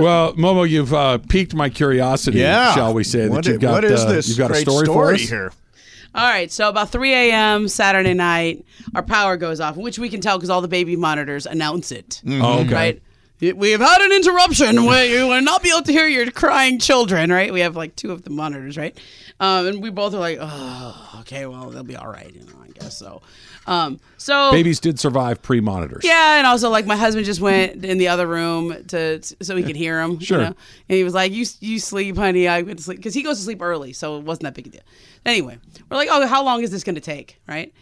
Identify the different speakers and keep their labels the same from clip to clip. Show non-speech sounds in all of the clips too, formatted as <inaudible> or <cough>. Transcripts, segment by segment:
Speaker 1: Well, Momo, you've uh, piqued my curiosity.
Speaker 2: Yeah.
Speaker 1: shall we say
Speaker 2: What
Speaker 1: that
Speaker 2: i-
Speaker 1: you've got?
Speaker 2: what is
Speaker 1: uh,
Speaker 2: this
Speaker 1: You've got a
Speaker 2: great
Speaker 1: story, for us?
Speaker 2: here?
Speaker 3: All right, so about 3 a.m. Saturday night, our power goes off, which we can tell because all the baby monitors announce it.
Speaker 1: Oh, okay.
Speaker 3: Right? We have had an interruption where you will not be able to hear your crying children, right? We have like two of the monitors, right? Um, and we both are like, oh, okay, well, they'll be all right, you know, I guess so. Um, so
Speaker 1: Babies did survive pre-monitors.
Speaker 3: yeah, and also like my husband just went in the other room to so he could hear him.
Speaker 1: Sure.
Speaker 3: You know? And he was like, "You you sleep, honey. I went to sleep because he goes to sleep early, so it wasn't that big a deal." Anyway, we're like, "Oh, how long is this going to take?" Right.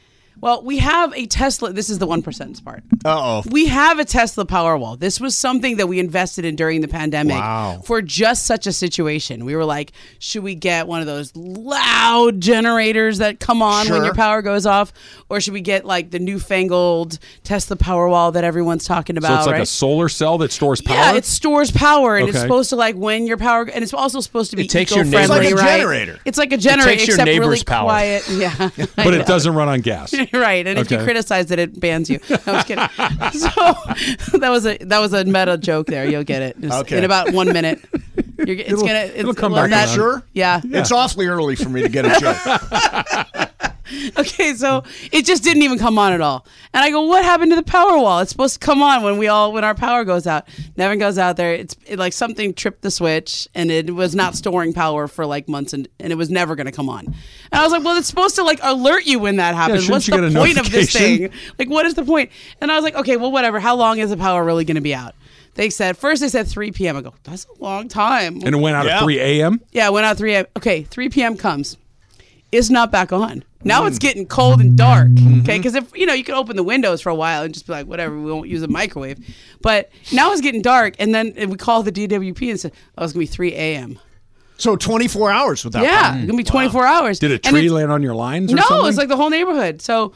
Speaker 3: Well, we have a Tesla. This is the one percent part.
Speaker 2: Uh oh.
Speaker 3: We have a Tesla Powerwall. This was something that we invested in during the pandemic
Speaker 2: Wow.
Speaker 3: for just such a situation. We were like, should we get one of those loud generators that come on
Speaker 2: Sure.
Speaker 3: when your power goes off, or should we get like the newfangled Tesla Powerwall that everyone's talking about?
Speaker 1: So it's like
Speaker 3: right?
Speaker 1: a solar cell that stores power.
Speaker 3: Yeah, it stores power, and it's
Speaker 1: Okay.
Speaker 3: supposed to like when your power, and it's also supposed to be
Speaker 4: It takes your
Speaker 3: eco-friendly,
Speaker 4: neighbor's- It's
Speaker 2: like a
Speaker 3: right?
Speaker 2: generator.
Speaker 3: It's like a generator,
Speaker 4: takes your
Speaker 3: except
Speaker 4: neighbor's
Speaker 3: really
Speaker 4: power.
Speaker 3: quiet. <laughs> Yeah,
Speaker 1: but it doesn't run
Speaker 3: <laughs>
Speaker 1: on gas.
Speaker 3: right. And if you
Speaker 1: Okay.
Speaker 3: criticize it, it bans you. No, I was
Speaker 1: <laughs>
Speaker 3: kidding. <laughs> so that was a that was a meta joke there. You'll get it Just
Speaker 2: Okay.
Speaker 3: in about one minute. You're, it's
Speaker 1: It'll-
Speaker 3: gonna it's,
Speaker 1: it'll come
Speaker 3: well,
Speaker 1: back
Speaker 3: that-
Speaker 1: around.
Speaker 2: Sure?
Speaker 3: Yeah.
Speaker 2: It's awfully early for me to get a
Speaker 1: <laughs>
Speaker 2: joke.
Speaker 3: <laughs> Okay. So it just didn't even come on at all. And I go, what happened to the power wall? It's supposed to come on when we all when our power goes out. Nevin goes out there. It's it, like something tripped the switch, and it was not storing power for like months, and, and it was never gonna come on. And I was like, well, it's supposed to like alert you when that happens.
Speaker 1: shouldn't
Speaker 3: What's
Speaker 1: you
Speaker 3: the
Speaker 1: get a
Speaker 3: point of this
Speaker 1: notification?
Speaker 3: thing? Like, what is the point? And I was like, okay, well, whatever. How long is the power really going to be out? They said first they said 3 p.m. I go, that's a long time.
Speaker 1: And it went out
Speaker 2: Yeah.
Speaker 1: at 3 a.m.
Speaker 3: yeah, it went out 3 a.m. Okay, 3 p.m. comes. It's not back on. Now
Speaker 1: Mm.
Speaker 3: it's getting cold and dark.
Speaker 1: Mm-hmm.
Speaker 3: Okay, because if you know you could open the windows for a while and just be like, whatever, we won't use a microwave. But now it's getting dark, and then we call the DWP and said, oh, it's gonna be 3 a.m.
Speaker 2: So 24 hours without
Speaker 3: Yeah, it's gonna be 24 hours.
Speaker 1: Did a
Speaker 3: And
Speaker 1: tree
Speaker 3: it's-
Speaker 1: land on your lines or
Speaker 3: no,
Speaker 1: something?
Speaker 3: it's like the whole neighborhood. So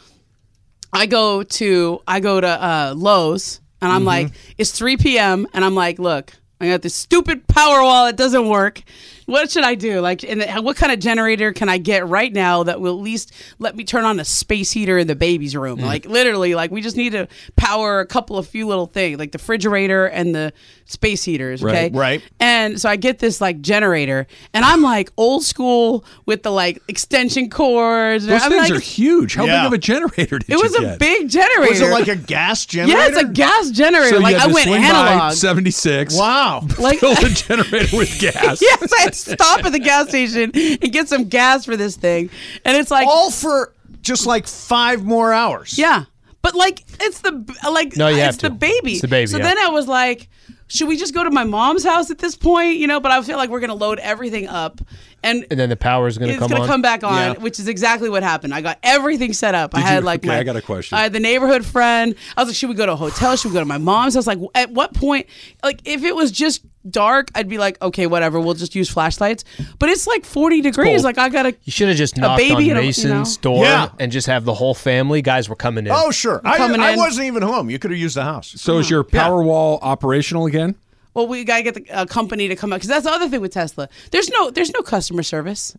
Speaker 3: I go to I go to uh, Lowe's and I'm like, it's 3 p.m. and I'm like, look, I got this stupid power wall. It doesn't work. What should I do? Like, and the- what kind of generator can I get right now that will at least let me turn on a space heater in the baby's room? Like, literally, like we just need to power a couple of few little things, like the refrigerator and the space heaters. Okay,
Speaker 2: right.
Speaker 3: and so I get this like generator, and I'm like old school with the like extension cords.
Speaker 1: Those
Speaker 3: I'm
Speaker 1: things
Speaker 3: like,
Speaker 1: are huge. How
Speaker 2: Yeah.
Speaker 1: big of a generator did
Speaker 3: It
Speaker 1: you
Speaker 3: was a
Speaker 1: get?
Speaker 3: big generator.
Speaker 2: Was it like a gas generator?
Speaker 3: <laughs> yeah, it's a gas
Speaker 1: So
Speaker 3: generator.
Speaker 1: you
Speaker 3: like
Speaker 1: had
Speaker 3: I
Speaker 1: to
Speaker 3: went
Speaker 1: swing by
Speaker 3: analog.
Speaker 1: 76.
Speaker 2: Wow.
Speaker 3: <laughs> like
Speaker 1: <laughs> Fill the generator with gas.
Speaker 3: <laughs> yes, I had to stop at the gas station and get some gas for this thing, and it's like
Speaker 2: All for just like five more hours.
Speaker 3: Yeah, but like it's the like
Speaker 4: No, you
Speaker 3: it's
Speaker 4: have
Speaker 3: the
Speaker 4: to.
Speaker 3: baby.
Speaker 4: It's the baby,
Speaker 3: So
Speaker 4: yeah.
Speaker 3: then I was like, should we just go to my mom's house at this point? You know, but I feel like we're gonna load everything up and.
Speaker 4: and then the power is going to
Speaker 3: it's
Speaker 4: come
Speaker 3: gonna
Speaker 4: on.
Speaker 3: come back on,
Speaker 2: Yeah.
Speaker 3: which is exactly what happened. I got everything set up. I had
Speaker 1: you?
Speaker 3: like
Speaker 1: Okay,
Speaker 3: my,
Speaker 1: I got a question.
Speaker 3: I had the neighborhood friend. I was like, should we go to a hotel? Should we go to my mom's? I was like, at what point? Like, if it was just dark, I'd be like, okay, whatever. We'll just use flashlights. But it's like forty degrees.
Speaker 4: cold.
Speaker 3: Like, I gotta.
Speaker 4: You should have just knocked
Speaker 3: baby and a- you
Speaker 4: on Mason's
Speaker 3: know.
Speaker 4: door
Speaker 2: Yeah.
Speaker 4: and just have the whole family. Guys, we're coming in.
Speaker 2: Oh, sure. I,
Speaker 3: Coming
Speaker 2: I
Speaker 3: in.
Speaker 2: wasn't even home. You could have used the house.
Speaker 1: So is your power wall operational again?
Speaker 3: Well, we gotta get the uh, company to come out because that's the other thing with Tesla. There's no there's no customer service.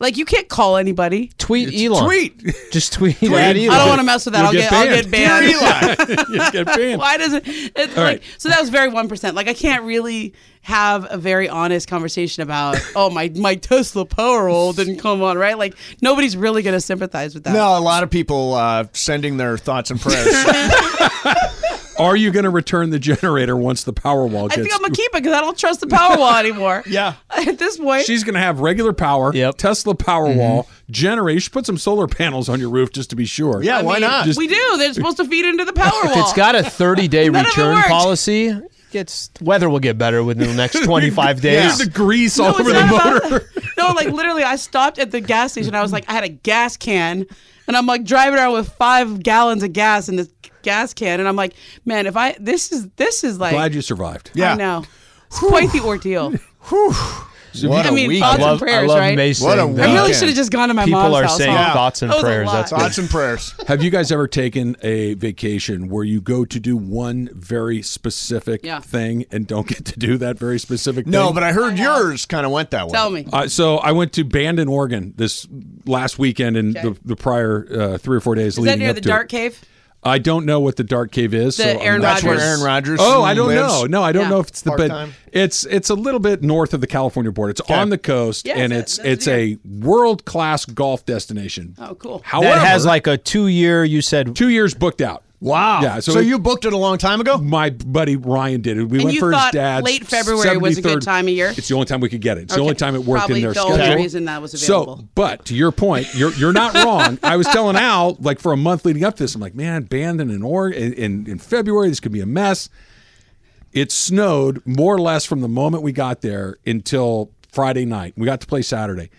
Speaker 3: Like you can't call anybody.
Speaker 4: tweet Elon.
Speaker 2: Tweet.
Speaker 4: <laughs> Just tweet, at
Speaker 3: I don't
Speaker 4: Elon.
Speaker 3: want to mess with that.
Speaker 1: You'll
Speaker 3: I'll
Speaker 1: get
Speaker 3: get, I'll get <laughs>
Speaker 1: banned.
Speaker 3: banned.
Speaker 1: <laughs> you get banned.
Speaker 3: <laughs> Why does it? It's
Speaker 1: All
Speaker 3: like
Speaker 1: right.
Speaker 3: so. That was very one percent. Like I can't really have a very honest conversation about. <laughs> oh my my Tesla Powerwall didn't come on right. Like nobody's really gonna sympathize with that.
Speaker 2: No, a lot of people uh, sending their thoughts and prayers.
Speaker 3: <laughs>
Speaker 1: Are you going to return the generator once the power wall
Speaker 3: I
Speaker 1: gets?
Speaker 3: think I'm gonna keep it because I don't trust the Powerwall
Speaker 1: <laughs>
Speaker 3: anymore.
Speaker 2: Yeah.
Speaker 3: <laughs> At this point,
Speaker 1: She's going to have regular power,
Speaker 4: Yep.
Speaker 1: Tesla power wall, generator. You should put some solar panels on your roof just to be sure.
Speaker 2: Mm-hmm. Yeah, why not?
Speaker 1: just-
Speaker 3: we do. They're supposed to feed into the
Speaker 1: <laughs>
Speaker 3: Powerwall.
Speaker 4: If it's got a 30 day
Speaker 3: None of it
Speaker 4: return
Speaker 3: worked.
Speaker 4: policy, gets weather will get better within the next 25
Speaker 1: There's
Speaker 4: days.
Speaker 1: the grease all
Speaker 3: it's
Speaker 1: over the
Speaker 3: not
Speaker 1: motor.
Speaker 3: about that. No, like literally, I stopped at the gas station. I was like, I had a gas can, and I'm like driving around with five gallons of gas in this gas can, and I'm like, man, if I this is this is like
Speaker 1: Glad you survived.
Speaker 2: Yeah.
Speaker 3: I know. It's quite the ordeal.
Speaker 2: what
Speaker 3: I
Speaker 2: a
Speaker 3: mean,
Speaker 2: week.
Speaker 3: thoughts
Speaker 4: I love,
Speaker 3: and prayers,
Speaker 4: I love
Speaker 3: right?
Speaker 4: Mason.
Speaker 2: What a
Speaker 4: that
Speaker 2: week.
Speaker 3: I really
Speaker 2: Yeah.
Speaker 3: should have just gone to my
Speaker 4: people
Speaker 3: mom's
Speaker 4: are
Speaker 3: house.
Speaker 4: saying
Speaker 3: huh?
Speaker 4: thoughts and
Speaker 3: That was a
Speaker 4: prayers.
Speaker 3: lot.
Speaker 4: That's good.
Speaker 2: Thoughts and prayers.
Speaker 1: Have you guys ever taken a vacation where you go to do one very specific
Speaker 3: Yeah.
Speaker 1: thing and don't get to do that very specific thing?
Speaker 2: No, but I heard yours kind of went that way.
Speaker 3: Tell me.
Speaker 1: Uh, so I went to Bandon, Oregon this last weekend and
Speaker 3: Okay.
Speaker 1: the, the prior uh, three or four days
Speaker 3: Is
Speaker 1: leading
Speaker 3: that near
Speaker 1: up
Speaker 3: the
Speaker 1: to
Speaker 3: dark
Speaker 1: it.
Speaker 3: cave?
Speaker 1: I don't know what the dark cave is.
Speaker 3: The
Speaker 1: so I'm
Speaker 3: Aaron
Speaker 1: not
Speaker 2: That's where
Speaker 3: Rodgers.
Speaker 2: Aaron Rodgers.
Speaker 1: Oh, I don't
Speaker 2: lives.
Speaker 1: know. No, I don't
Speaker 3: Yeah.
Speaker 1: know if it's the but
Speaker 2: Part-time.
Speaker 1: it's it's a little bit north of the California border. It's on the coast,
Speaker 3: Yeah,
Speaker 1: and
Speaker 3: it's
Speaker 1: it's
Speaker 3: a-
Speaker 1: it's a world class golf destination.
Speaker 3: Oh, cool.
Speaker 1: However,
Speaker 4: That has like a two year. You said
Speaker 1: two years booked out.
Speaker 2: Wow.
Speaker 1: Yeah, so
Speaker 2: So,
Speaker 1: it-
Speaker 2: you booked it a long time ago.
Speaker 1: My buddy Ryan did it. We
Speaker 3: And
Speaker 1: went
Speaker 3: you
Speaker 1: for
Speaker 3: thought
Speaker 1: his dad's.
Speaker 3: late February was a good
Speaker 1: 73rd
Speaker 3: time of year?
Speaker 1: It's the only time we could get it. It's the only time it worked
Speaker 3: Probably
Speaker 1: in their
Speaker 3: the
Speaker 1: schedule.
Speaker 3: only reason that was available.
Speaker 1: So, but to your point, you're you're not wrong. I was telling Al like for a month leading up to this, I'm like, man, Bandon and Org in, in in February, this could be a mess. It snowed more or less from the moment we got there until Friday night. We got to play Saturday.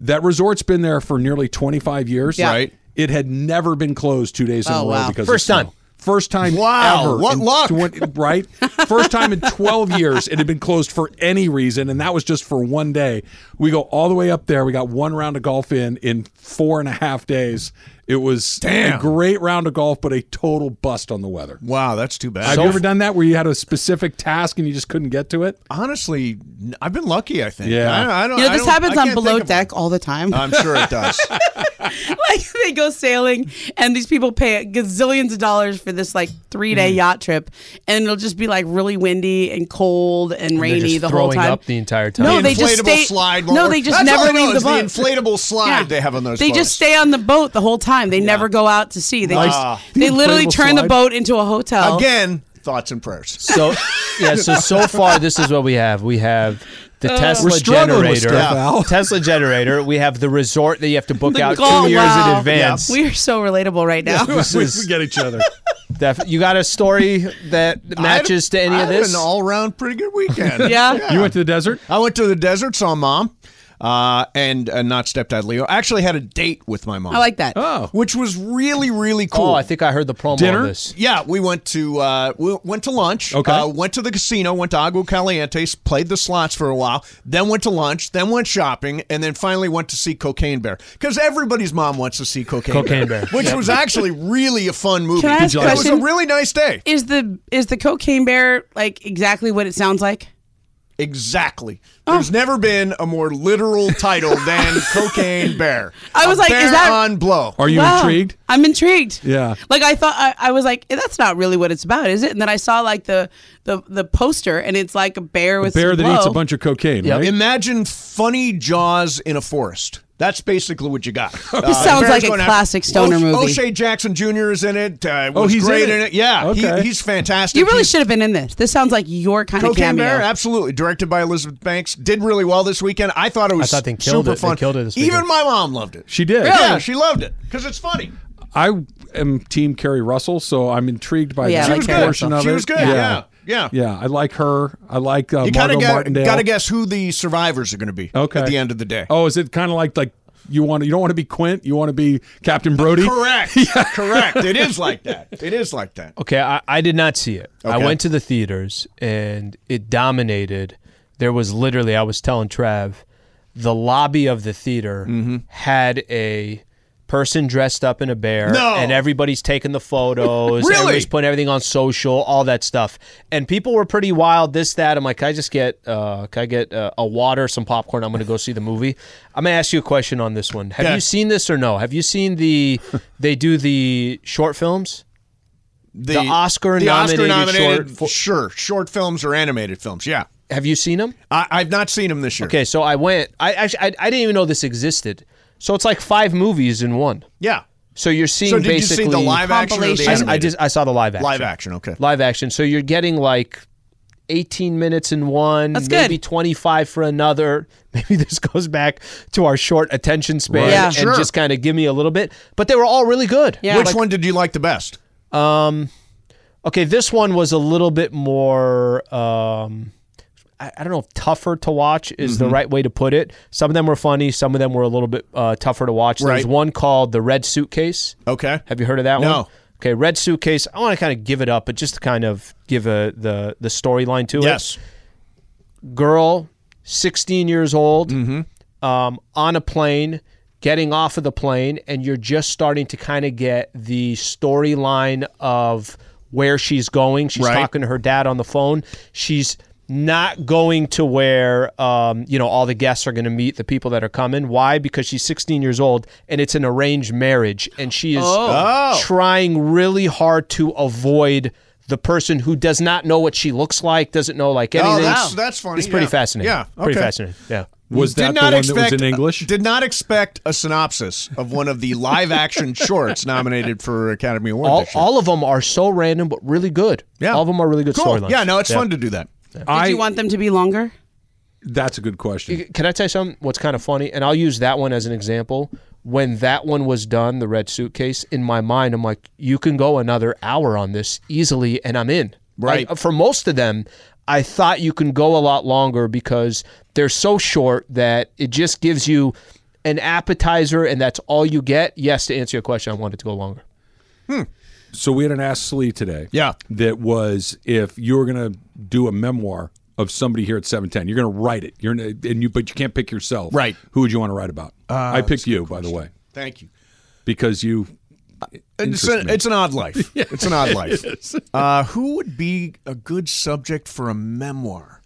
Speaker 1: That resort's been there for nearly 25 years.
Speaker 3: Yeah.
Speaker 2: Right.
Speaker 1: It had never been closed two days in
Speaker 3: Oh,
Speaker 1: a row
Speaker 3: wow.
Speaker 1: because of
Speaker 4: First
Speaker 1: snow.
Speaker 4: time.
Speaker 1: First time
Speaker 2: Wow,
Speaker 1: ever.
Speaker 2: what
Speaker 1: in
Speaker 2: luck.
Speaker 1: twen- right? First time in
Speaker 2: <laughs>
Speaker 1: 12 years it had been closed for any reason, and that was just for one day. We go all the way up there. We got one round of golf in in four and a half days. It was
Speaker 2: Damn.
Speaker 1: a great round of golf, but a total bust on the weather.
Speaker 2: Wow, that's too bad.
Speaker 1: Have you ever done that where you had a specific task and you just couldn't get to it?
Speaker 2: honestly, n- I've been lucky. I think.
Speaker 1: Yeah.
Speaker 2: I, I don't.
Speaker 3: You know,
Speaker 2: I
Speaker 3: this
Speaker 2: don't-
Speaker 3: happens
Speaker 2: I
Speaker 3: on
Speaker 2: can't
Speaker 3: Below
Speaker 2: think Uh, of one.
Speaker 3: Deck all the time.
Speaker 2: I'm sure it does.
Speaker 3: <laughs> like they go sailing and these people pay gazillions of dollars for this like three day yacht trip and it'll just be like really windy and cold and, rainy
Speaker 4: just
Speaker 3: the whole
Speaker 4: throwing
Speaker 3: time.
Speaker 4: up the entire time.
Speaker 3: No,
Speaker 4: The
Speaker 3: Oh, they just stay.
Speaker 2: inflatable slide.
Speaker 3: no,
Speaker 2: won't
Speaker 3: they
Speaker 2: work.
Speaker 3: just
Speaker 2: That's all I
Speaker 3: never
Speaker 2: know
Speaker 3: leave the
Speaker 2: is
Speaker 3: boat.
Speaker 2: The inflatable slide
Speaker 3: Yeah.
Speaker 2: they have on those.
Speaker 3: They just
Speaker 2: boats.
Speaker 3: stay on the boat the whole time. They never go out to sea. They
Speaker 1: Nice.
Speaker 3: just they
Speaker 1: The
Speaker 3: literally
Speaker 1: inflatable
Speaker 3: turn the
Speaker 1: slide.
Speaker 3: boat into a hotel.
Speaker 2: again. Thoughts and prayers.
Speaker 4: so. Yeah. So so far, this is what we have. We have the
Speaker 2: Uh,
Speaker 1: We're
Speaker 4: Tesla
Speaker 1: struggling with
Speaker 4: generator.
Speaker 1: stuff, Al.
Speaker 4: <laughs> Tesla generator. We have the resort that you have to book
Speaker 3: The
Speaker 4: out
Speaker 3: golf-
Speaker 4: two years
Speaker 3: oh, wow.
Speaker 4: in advance.
Speaker 3: We are so relatable right now.
Speaker 1: <laughs> we,
Speaker 4: is-
Speaker 1: we get each other.
Speaker 4: Def- you got a story that <laughs> matches to any
Speaker 2: I
Speaker 4: of
Speaker 2: had
Speaker 4: this?
Speaker 2: An all-round pretty good weekend.
Speaker 3: <laughs> Yeah.
Speaker 1: You went to the desert?
Speaker 2: I went to the desert, saw mom, uh, and uh, not stepdad Leo. I actually had a date with my
Speaker 3: <laughs>
Speaker 2: mom.
Speaker 3: I like that.
Speaker 1: Oh.
Speaker 2: which was really really cool.
Speaker 4: Oh, I think I heard the promo
Speaker 1: Dinner?
Speaker 4: on this.
Speaker 2: Yeah, we went to uh, we went to lunch.
Speaker 1: Okay.
Speaker 2: uh, went to the casino. Went to Agua Caliente's. Played the slots for a while. Then went to lunch. Then went shopping, and then finally went to see Cocaine Bear because everybody's mom wants to see Cocaine,
Speaker 4: Cocaine Bear.
Speaker 2: which was actually really a fun movie.
Speaker 3: Can I ask
Speaker 2: it
Speaker 3: a
Speaker 2: was a
Speaker 3: question?
Speaker 2: really nice day.
Speaker 3: Is the is the cocaine bear like exactly what it sounds like?
Speaker 2: Exactly.
Speaker 3: Oh.
Speaker 2: There's never been a more literal title than
Speaker 3: <laughs>
Speaker 2: Cocaine Bear.
Speaker 3: I was
Speaker 2: A
Speaker 3: like, is
Speaker 2: bear
Speaker 3: that-
Speaker 2: on blow?
Speaker 1: Are you
Speaker 3: Wow.
Speaker 1: intrigued?
Speaker 3: I'm intrigued.
Speaker 1: Yeah.
Speaker 3: Like I thought I, I was like, "Eh, that's not really what it's about, is it? And then I saw like the the, the poster and it's like a bear with
Speaker 1: Bear that
Speaker 3: glow.
Speaker 1: eats a bunch of cocaine,
Speaker 4: Yeah.
Speaker 1: right?
Speaker 2: Imagine funny Jaws in a forest. That's basically what
Speaker 3: <laughs>
Speaker 2: you got. Uh, This
Speaker 3: sounds like a classic stoner movie.
Speaker 2: O'Shea Jackson Jr. is in it. Uh,
Speaker 1: Oh,
Speaker 2: was
Speaker 1: he's
Speaker 2: great
Speaker 1: in it?
Speaker 2: Yeah,
Speaker 1: Okay.
Speaker 2: he, he's fantastic.
Speaker 3: You really
Speaker 2: He's-
Speaker 3: should have been in this. This sounds like your kind of
Speaker 2: Cocaine
Speaker 3: cameo.
Speaker 2: Bear, absolutely. Directed by Elizabeth Banks. Did really well this weekend. I thought it was
Speaker 4: thought they killed
Speaker 2: super
Speaker 4: it. They
Speaker 2: fun.
Speaker 4: killed it this
Speaker 2: Even
Speaker 4: weekend.
Speaker 2: my mom loved it.
Speaker 1: She did.
Speaker 2: Yeah, she loved it because it's funny.
Speaker 1: I am Team Carrie Russell, so I'm intrigued by
Speaker 3: Yeah, I
Speaker 1: that
Speaker 3: like She was Carrie
Speaker 1: portion
Speaker 2: good.
Speaker 1: of
Speaker 2: She
Speaker 1: it.
Speaker 2: was good, yeah, yeah.
Speaker 1: I like her. I like uh,
Speaker 2: You kind
Speaker 1: Margot
Speaker 2: of
Speaker 1: Martindale.
Speaker 2: got to guess who the survivors are going to be
Speaker 1: okay.
Speaker 2: at the end of the day.
Speaker 1: Oh, is it kind of like like you want you don't want to be Quint, you want to be Captain Brody? <laughs>
Speaker 2: Correct. Correct. It is like that. It is like that.
Speaker 4: Okay, I, I did not see it. I
Speaker 2: Okay.
Speaker 4: went to the theaters and it dominated. There was literally, I was telling Trav, the lobby of the theater
Speaker 2: Mm-hmm.
Speaker 4: had a person dressed up in a bear,
Speaker 2: No.
Speaker 4: and everybody's taking the photos.
Speaker 2: Really?
Speaker 4: Everybody's putting everything on social, all that stuff. And people were pretty wild. This, that. I'm like, can I just get, uh, can I get uh, a water, some popcorn? I'm going to go see the movie. I'm going to ask you a question on this one. Have
Speaker 2: Okay.
Speaker 4: you seen this or no? Have you seen the? they do the short films.
Speaker 2: the,
Speaker 4: Oscar
Speaker 2: the Oscar
Speaker 4: nominated
Speaker 2: nominated
Speaker 4: short-
Speaker 2: sure short films or animated films. Yeah,
Speaker 4: Have you seen them?
Speaker 2: I, I've not seen them this year.
Speaker 4: Okay, so I went. I actually I, I didn't even know this existed. So it's like five movies in one.
Speaker 2: Yeah.
Speaker 4: So you're seeing
Speaker 2: So did you
Speaker 4: basically
Speaker 2: see the live action or the
Speaker 3: compilation.
Speaker 4: I, I
Speaker 2: animated?
Speaker 4: just I saw the live action.
Speaker 2: live action. Okay.
Speaker 4: Live action. So you're getting like 18 minutes in one,
Speaker 3: That's
Speaker 4: maybe
Speaker 3: good.
Speaker 4: 25 for another. <laughs> Maybe this goes back to our short attention span
Speaker 3: Right. Yeah.
Speaker 4: and
Speaker 2: Sure.
Speaker 4: just kind of give me a little bit. But they were all really good.
Speaker 3: Yeah.
Speaker 2: Which
Speaker 3: Like-
Speaker 2: one did you like the best?
Speaker 4: Okay, this one was a little bit more. Um, I, I don't know if tougher to watch is
Speaker 2: Mm-hmm.
Speaker 4: the right way to put it. Some of them were funny. Some of them were a little bit uh, tougher to watch. There's
Speaker 2: Right.
Speaker 4: one called the Red Suitcase.
Speaker 2: Okay.
Speaker 4: Have you heard of that
Speaker 2: No.
Speaker 4: one? Okay, Red Suitcase. I want to kind of give it up, but just to kind of give a, the the storyline to
Speaker 2: Yes.
Speaker 4: it. Girl, 16 years old,
Speaker 2: Mm-hmm.
Speaker 4: um, on a plane, getting off of the plane, and you're just starting to kind of get the storyline of where she's going. She's
Speaker 2: Right.
Speaker 4: talking to her dad on the phone. She's not going to where um, you know all the guests are going to meet the people that are coming. Why? Because she's 16 years old and it's an arranged marriage, and she is
Speaker 2: Oh.
Speaker 4: trying really hard to avoid the person who does not know what she looks like, doesn't know like
Speaker 2: Oh,
Speaker 4: anything.
Speaker 2: that's- that's funny,
Speaker 4: Oh. It's pretty
Speaker 2: yeah.
Speaker 4: fascinating.
Speaker 2: Yeah,
Speaker 4: pretty
Speaker 2: okay.
Speaker 4: fascinating. Yeah.
Speaker 1: Was that
Speaker 2: did
Speaker 1: the
Speaker 2: not
Speaker 1: one
Speaker 2: expect
Speaker 1: that was in English?
Speaker 2: did not expect a synopsis of one of the
Speaker 4: <laughs>
Speaker 2: live action shorts nominated for Academy Award.
Speaker 4: All,
Speaker 2: this year.
Speaker 4: all of them are so random, but really good.
Speaker 2: yeah,
Speaker 4: All of them are really good
Speaker 2: cool.
Speaker 4: storylines.
Speaker 2: Yeah, no, it's fun to do that.
Speaker 1: I,
Speaker 3: Do you want them to be longer?
Speaker 1: that's a good question.
Speaker 4: Can I tell you something? What's kind of funny, and I'll use that one as an example. When that one was done, the red suitcase, in my mind, I'm like, you can go another hour on this easily, and I'm in.
Speaker 2: Right.
Speaker 4: Like, for most of them, I thought you can go a lot longer because they're so short that it just gives you an appetizer, and that's all you get. Yes, to answer your question, I wanted to go longer.
Speaker 1: So we had an Ask Slee today.
Speaker 2: Yeah.
Speaker 1: That was if you were going to do a memoir of somebody here at 710, you're going to write it. You're gonna, and you, but you can't pick yourself.
Speaker 2: Right. Uh,
Speaker 1: Who would you want to write about? I picked you, by the way,
Speaker 2: Thank you.
Speaker 1: because you.
Speaker 2: It's,
Speaker 1: interest
Speaker 2: a-
Speaker 1: me.
Speaker 2: it's an
Speaker 1: <laughs>
Speaker 2: odd life. It's an odd life. Uh, who would be a good subject for a memoir?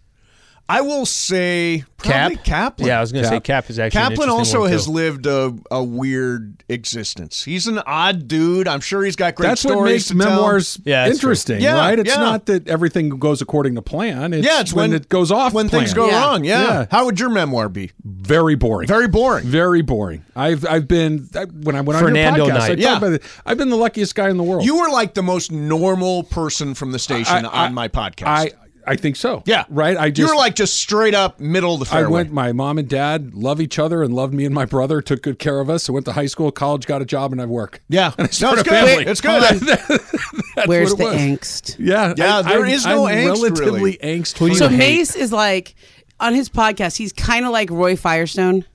Speaker 2: I will say probably Kaplan.
Speaker 4: Yeah, I was going to say Cap is actually an
Speaker 2: Kaplan
Speaker 4: interesting
Speaker 2: also
Speaker 4: one,
Speaker 2: has
Speaker 4: too.
Speaker 2: lived a, a weird existence. He's an odd dude. I'm sure he's got great
Speaker 1: That's
Speaker 2: stories
Speaker 1: what makes
Speaker 2: to tell.
Speaker 1: memoirs
Speaker 4: Yeah, that's true.
Speaker 1: interesting,
Speaker 2: Yeah,
Speaker 1: right? It's
Speaker 2: yeah.
Speaker 1: not that everything goes according to plan. It's
Speaker 2: Yeah, it's when,
Speaker 1: it goes off
Speaker 2: when
Speaker 1: plan.
Speaker 2: things go
Speaker 3: Yeah.
Speaker 2: wrong. Yeah.
Speaker 1: Yeah.
Speaker 2: How would your memoir be?
Speaker 1: very boring.
Speaker 2: Very boring.
Speaker 1: Very boring. I've I've been I, when I went
Speaker 4: Fernando
Speaker 1: on your podcast.
Speaker 4: Knight.
Speaker 1: I talked
Speaker 2: Yeah.
Speaker 1: about it. I've been the luckiest guy in the world.
Speaker 2: You were like the most normal person from the station
Speaker 1: I- I-
Speaker 2: on my podcast.
Speaker 1: I I think so.
Speaker 2: yeah,
Speaker 1: Right. I just
Speaker 2: you were like just straight up middle of the
Speaker 1: I
Speaker 2: fairway.
Speaker 1: went. My mom and dad love each other and loved me and my brother. Took good care of us. I went to high school, college, got a job, and I work.
Speaker 3: <laughs>
Speaker 2: yeah, no, it's good.
Speaker 1: a family.
Speaker 2: It's
Speaker 3: Oh,
Speaker 2: good.
Speaker 3: Where's
Speaker 1: what it
Speaker 3: the
Speaker 1: was.
Speaker 3: angst?
Speaker 1: <laughs> Yeah.
Speaker 2: Yeah, there
Speaker 1: I'm-
Speaker 2: is no
Speaker 1: I'm
Speaker 2: angst,
Speaker 1: Relatively
Speaker 2: really.
Speaker 1: angst.
Speaker 3: So Mace is like on his podcast. He's kind of like Roy Firestone.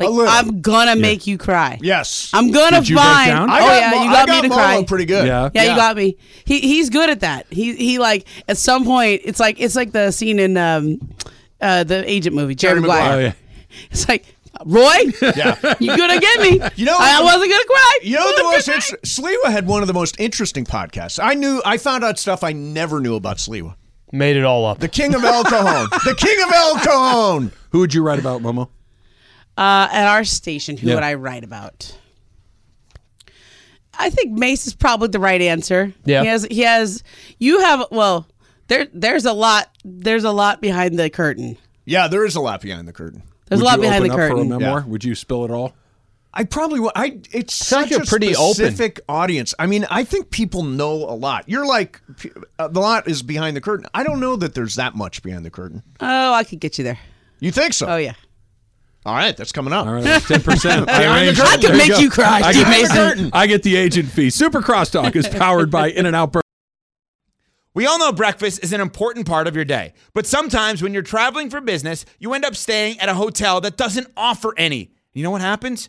Speaker 3: Like
Speaker 2: A little.
Speaker 3: I'm gonna make you cry.
Speaker 2: Yes.
Speaker 3: I'm gonna
Speaker 1: Did you break
Speaker 3: find.
Speaker 1: down?
Speaker 3: Oh
Speaker 1: I
Speaker 3: yeah,
Speaker 2: Mo-
Speaker 3: you got,
Speaker 2: I
Speaker 3: me to
Speaker 2: Molo
Speaker 3: cry.
Speaker 2: pretty good.
Speaker 1: Yeah.
Speaker 3: yeah, you got me. He he's good at that. He he like at some point it's like it's like the scene in um uh the agent movie Jerry
Speaker 2: Jerry Maguire.
Speaker 1: Oh
Speaker 3: Maguire.
Speaker 1: yeah.
Speaker 3: It's like Roy,
Speaker 2: Yeah.
Speaker 3: <laughs> you gonna get me?
Speaker 2: You know-
Speaker 3: I, I wasn't gonna cry.
Speaker 2: You know the
Speaker 3: <laughs>
Speaker 2: most inter- Sliwa had one of the most interesting podcasts. I knew I found out stuff I never knew about Sliwa.
Speaker 4: Made it all up.
Speaker 2: The king of
Speaker 3: <laughs>
Speaker 2: El Cajon. the king of El Cajon.
Speaker 1: Who would you write about, Momo?
Speaker 3: uh, at our station, who
Speaker 1: Yeah.
Speaker 3: would I write about? I think Mace is probably the right answer.
Speaker 4: Yeah.
Speaker 3: he has. He has. You have. Well, there. There's a lot. There's a lot behind the curtain.
Speaker 2: Yeah, there is a lot behind the curtain.
Speaker 3: There's
Speaker 1: would
Speaker 3: a lot
Speaker 1: you
Speaker 3: behind
Speaker 1: open
Speaker 3: the
Speaker 1: up For a
Speaker 3: curtain.
Speaker 1: memoir?
Speaker 2: Yeah.
Speaker 1: Would you spill it all?
Speaker 2: I probably wa- I it's
Speaker 4: like
Speaker 2: such
Speaker 4: you're
Speaker 2: a
Speaker 4: pretty open.
Speaker 2: specific audience. I mean, I think people know a lot. You're like p- a lot is behind the curtain. I don't know that there's that much behind the curtain.
Speaker 3: Oh, I could get you there.
Speaker 2: You think so?
Speaker 3: Oh yeah.
Speaker 2: All right, that's coming
Speaker 1: <laughs>
Speaker 2: up.
Speaker 1: All right,
Speaker 3: <laughs>
Speaker 1: ten percent. I arranged
Speaker 3: I
Speaker 1: it. There
Speaker 3: could make
Speaker 1: go.
Speaker 3: you cry,
Speaker 1: I
Speaker 3: Steve
Speaker 1: get-
Speaker 3: Mason.
Speaker 1: I get the agent fee. Super
Speaker 3: <laughs>
Speaker 1: Crosstalk is powered by In and Out Burger.
Speaker 5: We all know breakfast is an important part of your day, but sometimes when you're traveling for business, you end up staying at a hotel that doesn't offer any. You know what happens?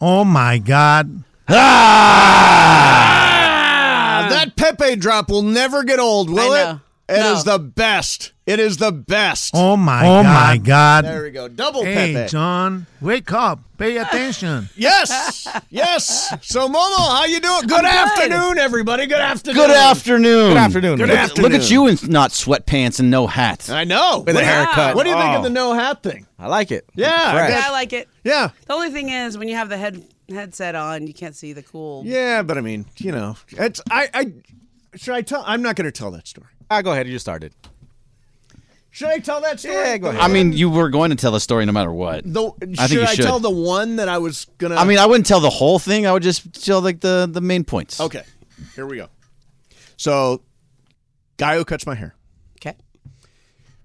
Speaker 6: Oh my God.
Speaker 2: Ah, that Pepe drop will never get old, will
Speaker 3: Uh, I
Speaker 2: it?
Speaker 3: know.
Speaker 2: It is
Speaker 3: No.
Speaker 2: the best. It is the best.
Speaker 6: Oh my God. Oh my God.
Speaker 2: There we go. Double
Speaker 6: Hey,
Speaker 2: Pepe.
Speaker 6: John, wake up. Pay attention.
Speaker 2: <laughs> Yes. Yes. So Momo, how you doing? Good afternoon, everybody. Good afternoon.
Speaker 7: Good afternoon. Good
Speaker 2: afternoon. Good
Speaker 7: look,
Speaker 2: afternoon.
Speaker 7: Look at you in not sweatpants and no hat.
Speaker 2: I know.
Speaker 7: With a
Speaker 2: What-
Speaker 7: haircut.
Speaker 2: What do you think of
Speaker 7: Oh.
Speaker 2: the no hat thing?
Speaker 7: I like it.
Speaker 2: Yeah, I
Speaker 7: Fresh.
Speaker 3: Yeah, I like it.
Speaker 2: Yeah.
Speaker 3: The only thing is when you have the head headset on, you can't see the cool.
Speaker 2: Yeah, but I mean, you know, it's I I should I tell I'm not going to tell that story.
Speaker 7: Ah, go ahead. You just started.
Speaker 2: Should I tell that story?
Speaker 5: Yeah, go ahead.
Speaker 7: I mean, you were going to tell the story no matter what.
Speaker 2: The,
Speaker 7: I think
Speaker 2: should
Speaker 7: you
Speaker 2: I
Speaker 7: should.
Speaker 2: tell the one that I was gonna?
Speaker 7: I mean, I wouldn't tell the whole thing. I would just tell like the the main points.
Speaker 2: okay. Here we go. So, guy who cuts my hair,
Speaker 3: Okay.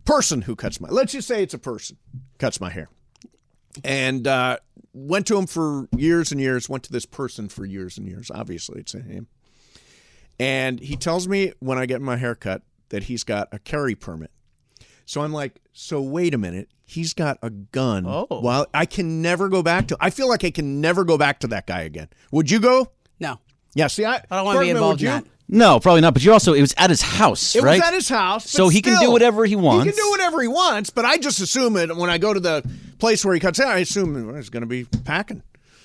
Speaker 2: person who cuts my, let's just say it's a person cuts my hair, and uh, went to him for years and years. Went to this person for years and years. Obviously, it's a him. And he tells me when I get my hair cut that he's got a carry permit. So I'm like, so wait a minute. He's got a gun. Oh. Well, I can never go back to. I feel like I can never go back to that guy again. Would you go?
Speaker 3: No.
Speaker 2: Yeah. See, I,
Speaker 3: I don't want to be
Speaker 2: Bergman,
Speaker 3: involved in
Speaker 2: would
Speaker 3: that.
Speaker 2: you?
Speaker 7: No, probably not. But you also it was at his house,
Speaker 2: It
Speaker 7: right?
Speaker 2: was at his house,
Speaker 7: So
Speaker 2: but
Speaker 7: he can do
Speaker 2: still,
Speaker 7: whatever he
Speaker 2: He
Speaker 7: wants.
Speaker 2: can do whatever he wants, but I just assume it when I go to the place where he cuts hair. I assume well, he's going to be packing.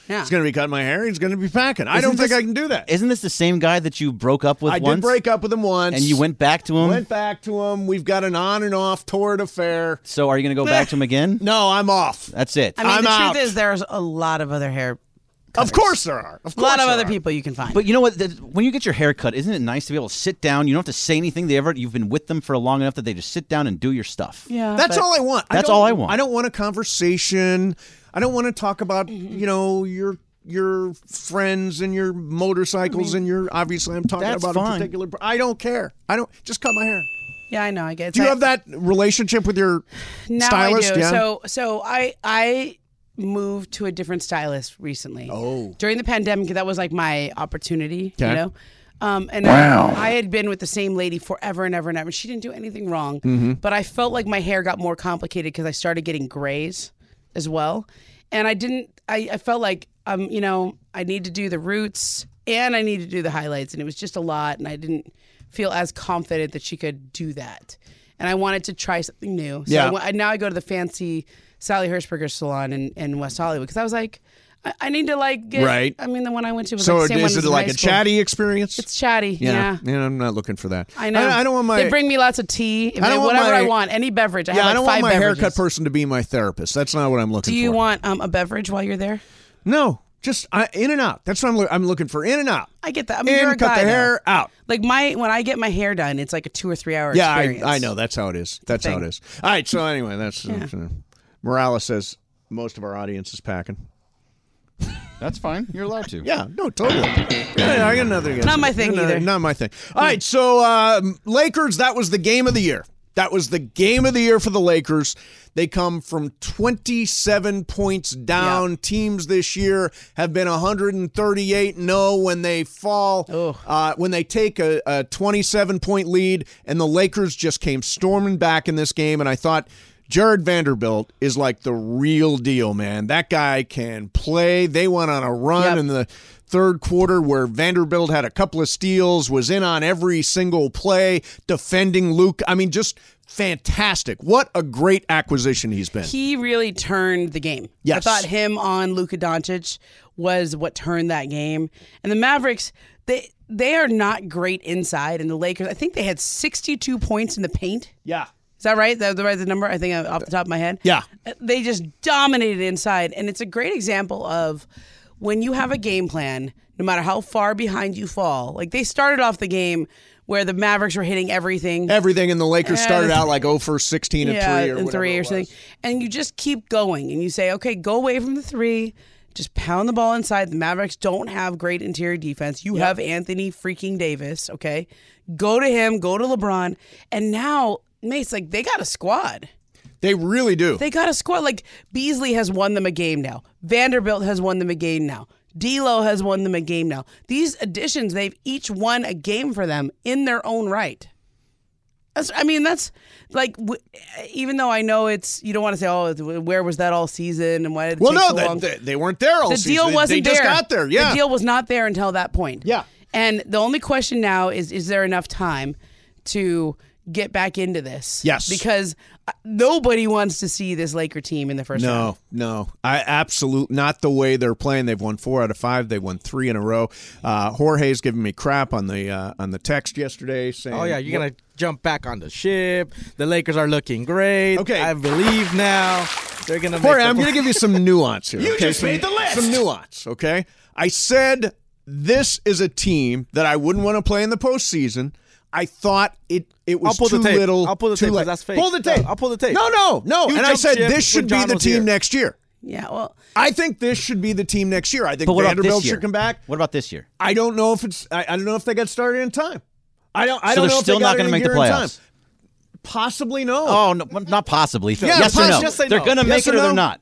Speaker 3: Yeah.
Speaker 2: He's going to be cutting my hair. He's going to be packing. I
Speaker 7: Isn't
Speaker 2: don't think
Speaker 7: this-
Speaker 2: I can do that.
Speaker 7: Isn't this the same guy that you broke up with
Speaker 2: I
Speaker 7: once?
Speaker 2: did break up with him once,
Speaker 7: and you went back to him.
Speaker 2: went back to him. We've got an on and off torrid affair.
Speaker 7: so are you going to go back to him again?
Speaker 2: No, I'm off.
Speaker 7: That's it.
Speaker 3: I mean,
Speaker 2: I'm
Speaker 3: the
Speaker 2: out.
Speaker 3: truth is, there's a lot of other hair.
Speaker 2: Of course there are. Of
Speaker 3: A
Speaker 2: course
Speaker 3: lot of
Speaker 2: there
Speaker 3: other
Speaker 2: are.
Speaker 3: people you can find.
Speaker 7: But you know what? That- When you get your hair cut, isn't it nice to be able to sit down? You don't have to say anything. They ever you've been with them for long enough that they just sit down and do your stuff.
Speaker 3: yeah.
Speaker 2: That's
Speaker 3: but-
Speaker 2: all I want.
Speaker 7: That's
Speaker 2: don't-
Speaker 7: all I want.
Speaker 2: I don't want a conversation. I don't want to talk about
Speaker 3: Mm-hmm.
Speaker 2: you know your your friends and your motorcycles and your obviously I'm talking
Speaker 7: that's
Speaker 2: about a
Speaker 7: fine.
Speaker 2: particular. I don't care. I don't just cut my hair.
Speaker 3: Yeah, I know. I get. it.
Speaker 2: Do you
Speaker 3: So I-
Speaker 2: have that relationship with your
Speaker 3: now
Speaker 2: stylist?
Speaker 3: I do.
Speaker 2: Yeah.
Speaker 3: So so I I moved to a different stylist recently.
Speaker 2: Oh.
Speaker 3: During the pandemic, that was like my opportunity,
Speaker 2: Okay.
Speaker 3: you know. Um, and wow. I, had been with the same lady forever and ever and ever. She didn't do anything wrong,
Speaker 2: Mm-hmm.
Speaker 3: but I felt like my hair got more complicated because I started getting grays as well, and I didn't. I, I felt like um, you know, I need to do the roots and I need to do the highlights, and it was just a lot, and I didn't feel as confident that she could do that, and I wanted to try something new. So
Speaker 2: Yeah.
Speaker 3: I, went- I- now I go to the fancy Sally Hershberger salon in, in West Hollywood because I was like, I, I need to like get.
Speaker 2: Right.
Speaker 3: I mean, the one I went to was
Speaker 2: So
Speaker 3: like the same one
Speaker 2: is
Speaker 3: as
Speaker 2: it
Speaker 3: in
Speaker 2: like
Speaker 3: high
Speaker 2: a
Speaker 3: school.
Speaker 2: chatty experience?
Speaker 3: It's chatty. Yeah.
Speaker 2: yeah. I'm not looking for that.
Speaker 3: I know.
Speaker 2: I, don't want my.
Speaker 3: They bring me lots of tea.
Speaker 2: I don't want
Speaker 3: whatever
Speaker 2: my-
Speaker 3: I want, any beverage. I
Speaker 2: yeah,
Speaker 3: have like
Speaker 2: I don't
Speaker 3: five
Speaker 2: want my
Speaker 3: beverages.
Speaker 2: haircut person to be my therapist. That's not what I'm looking
Speaker 3: Do you
Speaker 2: for.
Speaker 3: want um, a beverage while you're there?
Speaker 2: no? Just I, in and out. That's what I'm, loo- I'm looking for. In and out.
Speaker 3: I get that. I mean,
Speaker 2: in,
Speaker 3: you're a
Speaker 2: cut
Speaker 3: guy,
Speaker 2: the
Speaker 3: though.
Speaker 2: hair out.
Speaker 3: Like my when I get my hair done, it's like a two or three hour.
Speaker 2: Yeah, I,
Speaker 3: experience.
Speaker 2: I know. That's how it is. That's how it
Speaker 3: thing.
Speaker 2: is. All right. So anyway, that's uh, Morales says most of our audience is packing.
Speaker 7: That's fine. You're allowed to.
Speaker 2: Yeah. No. Totally. Yeah, yeah, I got nothing. against
Speaker 3: Not
Speaker 2: it.
Speaker 3: my thing
Speaker 2: No, no,
Speaker 3: either.
Speaker 2: Not my thing. All right. So um, Lakers. That was the game of the year. That was the game of the year for the Lakers. They come from 27 points down. Teams this year have been 138 no oh when they fall, uh, when they take a, a 27 point lead, and the Lakers just came storming back in this game. And I thought Jared Vanderbilt is like the real deal, man. That guy can play. They went on a run
Speaker 3: Yep.
Speaker 2: in the third quarter where Vanderbilt had a couple of steals, was in on every single play, defending Luke. I mean, just fantastic. What a great acquisition he's been.
Speaker 3: He really turned the game.
Speaker 2: Yes.
Speaker 3: I thought him on Luka Doncic was what turned that game. And the Mavericks, they they are not great inside. And the Lakers, I think they had 62 points in the paint.
Speaker 2: yeah.
Speaker 3: Is that right? That the right the number? I think uh, off the top of my head.
Speaker 2: Yeah.
Speaker 3: Uh, They just dominated inside, and it's a great example of when you have a game plan. No matter how far behind you fall, like they started off the game where the Mavericks were hitting everything
Speaker 2: Everything in the Lakers
Speaker 3: Yeah,
Speaker 2: started
Speaker 3: that's-
Speaker 2: out like 0 for 16 and 3 or
Speaker 3: and
Speaker 2: whatever
Speaker 3: three
Speaker 2: it
Speaker 3: or
Speaker 2: was.
Speaker 3: something. And you just keep going and you say, okay, go away from the three. Just pound the ball inside. The Mavericks don't have great interior defense. You have Anthony freaking Davis, okay? Go to him, go to LeBron. And now, Mace, like, they got a squad.
Speaker 2: They really do.
Speaker 3: They got a squad. Like, Beasley has won them a game now. Vanderbilt has won them a game now. D'Lo has won them a game now. These additions, they've each won a game for them in their own right. That's, I mean, that's like, w- even though I know it's, you don't want to say, oh, th- where was that all season and why did it
Speaker 2: well,
Speaker 3: take so
Speaker 2: no,
Speaker 3: long?
Speaker 2: they, they, they weren't there all
Speaker 3: the
Speaker 2: season.
Speaker 3: deal
Speaker 2: They-
Speaker 3: wasn't
Speaker 2: they
Speaker 3: there.
Speaker 2: just got there. Yeah.
Speaker 3: The deal was not there until that point.
Speaker 2: Yeah.
Speaker 3: And the only question now is is there enough time to get back into this?
Speaker 2: Yes.
Speaker 3: Because uh, nobody wants to see this Laker team in the first round.
Speaker 2: No, no, I absolute not the way they're playing. They've won four out of five. They won three in a row. Uh, Jorge's giving me crap on the uh, on the text yesterday saying,
Speaker 8: Oh yeah, you're gonna jump back on the ship. The Lakers are looking great.
Speaker 2: Okay.
Speaker 8: I believe now they're gonna.
Speaker 2: Jorge,
Speaker 8: make
Speaker 2: I'm
Speaker 8: the
Speaker 2: going to give you some nuance here.
Speaker 8: <laughs> You
Speaker 2: okay?
Speaker 8: just made
Speaker 2: Some-
Speaker 8: the list.
Speaker 2: Some nuance, okay? I said this is a team that I wouldn't want to play in the postseason. I thought it it was
Speaker 8: I'll pull
Speaker 2: too
Speaker 8: the tape.
Speaker 2: little.
Speaker 8: I'll pull the
Speaker 2: too
Speaker 8: tape, 'cause
Speaker 2: late.
Speaker 8: that's fake.
Speaker 2: Pull the
Speaker 8: No,
Speaker 2: tape.
Speaker 8: I'll pull the tape.
Speaker 2: No, no, no.
Speaker 8: You
Speaker 2: and I
Speaker 8: jumped
Speaker 2: said
Speaker 8: ship
Speaker 2: this
Speaker 8: when
Speaker 2: should be
Speaker 8: John
Speaker 2: the
Speaker 8: was
Speaker 2: team
Speaker 8: here.
Speaker 2: next year.
Speaker 3: Yeah, well,
Speaker 2: I think this should be the team next year. I think
Speaker 7: But what about
Speaker 2: Vanderbilt
Speaker 7: this year?
Speaker 2: should come back.
Speaker 7: What about this year?
Speaker 2: I don't know if it's. I, I don't know if they got started in time. I don't.
Speaker 7: So
Speaker 2: I don't
Speaker 7: they're
Speaker 2: know
Speaker 7: still
Speaker 2: if they
Speaker 7: not
Speaker 2: got
Speaker 7: gonna
Speaker 2: it
Speaker 7: make
Speaker 2: in
Speaker 7: the
Speaker 2: here in time.
Speaker 7: playoffs.
Speaker 2: Possibly no.
Speaker 7: Oh, no, well, not possibly.
Speaker 2: Yeah,
Speaker 7: yes or
Speaker 2: pos-
Speaker 7: no?
Speaker 2: just say
Speaker 7: They're
Speaker 2: no.
Speaker 7: going to
Speaker 2: Yes
Speaker 7: make
Speaker 2: or
Speaker 7: it or
Speaker 2: no?
Speaker 7: they're not.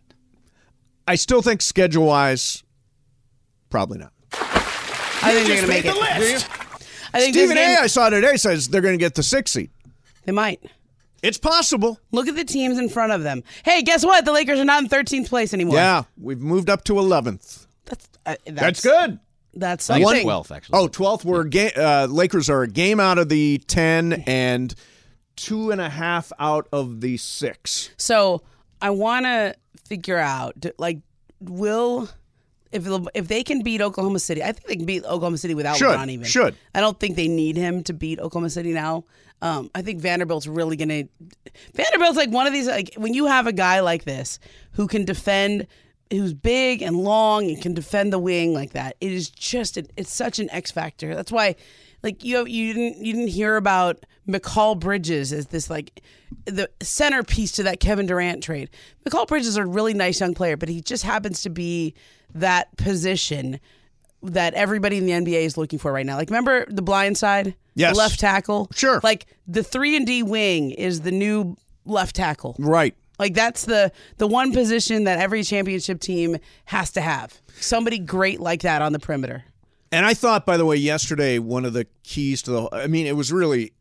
Speaker 2: I still think schedule wise, probably not.
Speaker 3: I think they're gonna make it. I think this
Speaker 2: Stephen A.
Speaker 3: game,
Speaker 2: I saw today says they're going to get the six seed.
Speaker 3: they might.
Speaker 2: It's possible.
Speaker 3: Look at the teams in front of them. Hey, guess what? The Lakers are not in 13th place anymore.
Speaker 2: Yeah, we've moved up to eleventh.
Speaker 3: that's uh, that's,
Speaker 2: That's good.
Speaker 3: That's
Speaker 7: I think
Speaker 3: something.
Speaker 7: it's 12, actually.
Speaker 2: Oh, 12th. We're ga- uh, Lakers are a game out of the 10 and two and a half out of the six.
Speaker 3: So I want to figure out, d- like, will if the- if they can beat Oklahoma City, I think they can beat Oklahoma City without
Speaker 2: Should,
Speaker 3: LeBron. Even
Speaker 2: should.
Speaker 3: I don't think they need him to beat Oklahoma City now. Um, I think Vanderbilt's really gonna. Vanderbilt's like one of these like when you have a guy like this who can defend, who's big and long and can defend the wing like that. It is just an, it's such an X factor. That's why, like you you didn't you didn't hear about McCall Bridges as this like the centerpiece to that Kevin Durant trade. McCall Bridges is a really nice young player, but he just happens to be that position that everybody in the NBA is looking for right now. Like, remember the blind side?
Speaker 2: Yes.
Speaker 3: The left tackle?
Speaker 2: Sure.
Speaker 3: Like, the 3 and D wing is the new left tackle.
Speaker 2: Right.
Speaker 3: Like, that's the, the one position that every championship team has to have. Somebody great like that on the perimeter.
Speaker 2: And I thought, by the way, yesterday, one of the keys to the, I mean, it was really,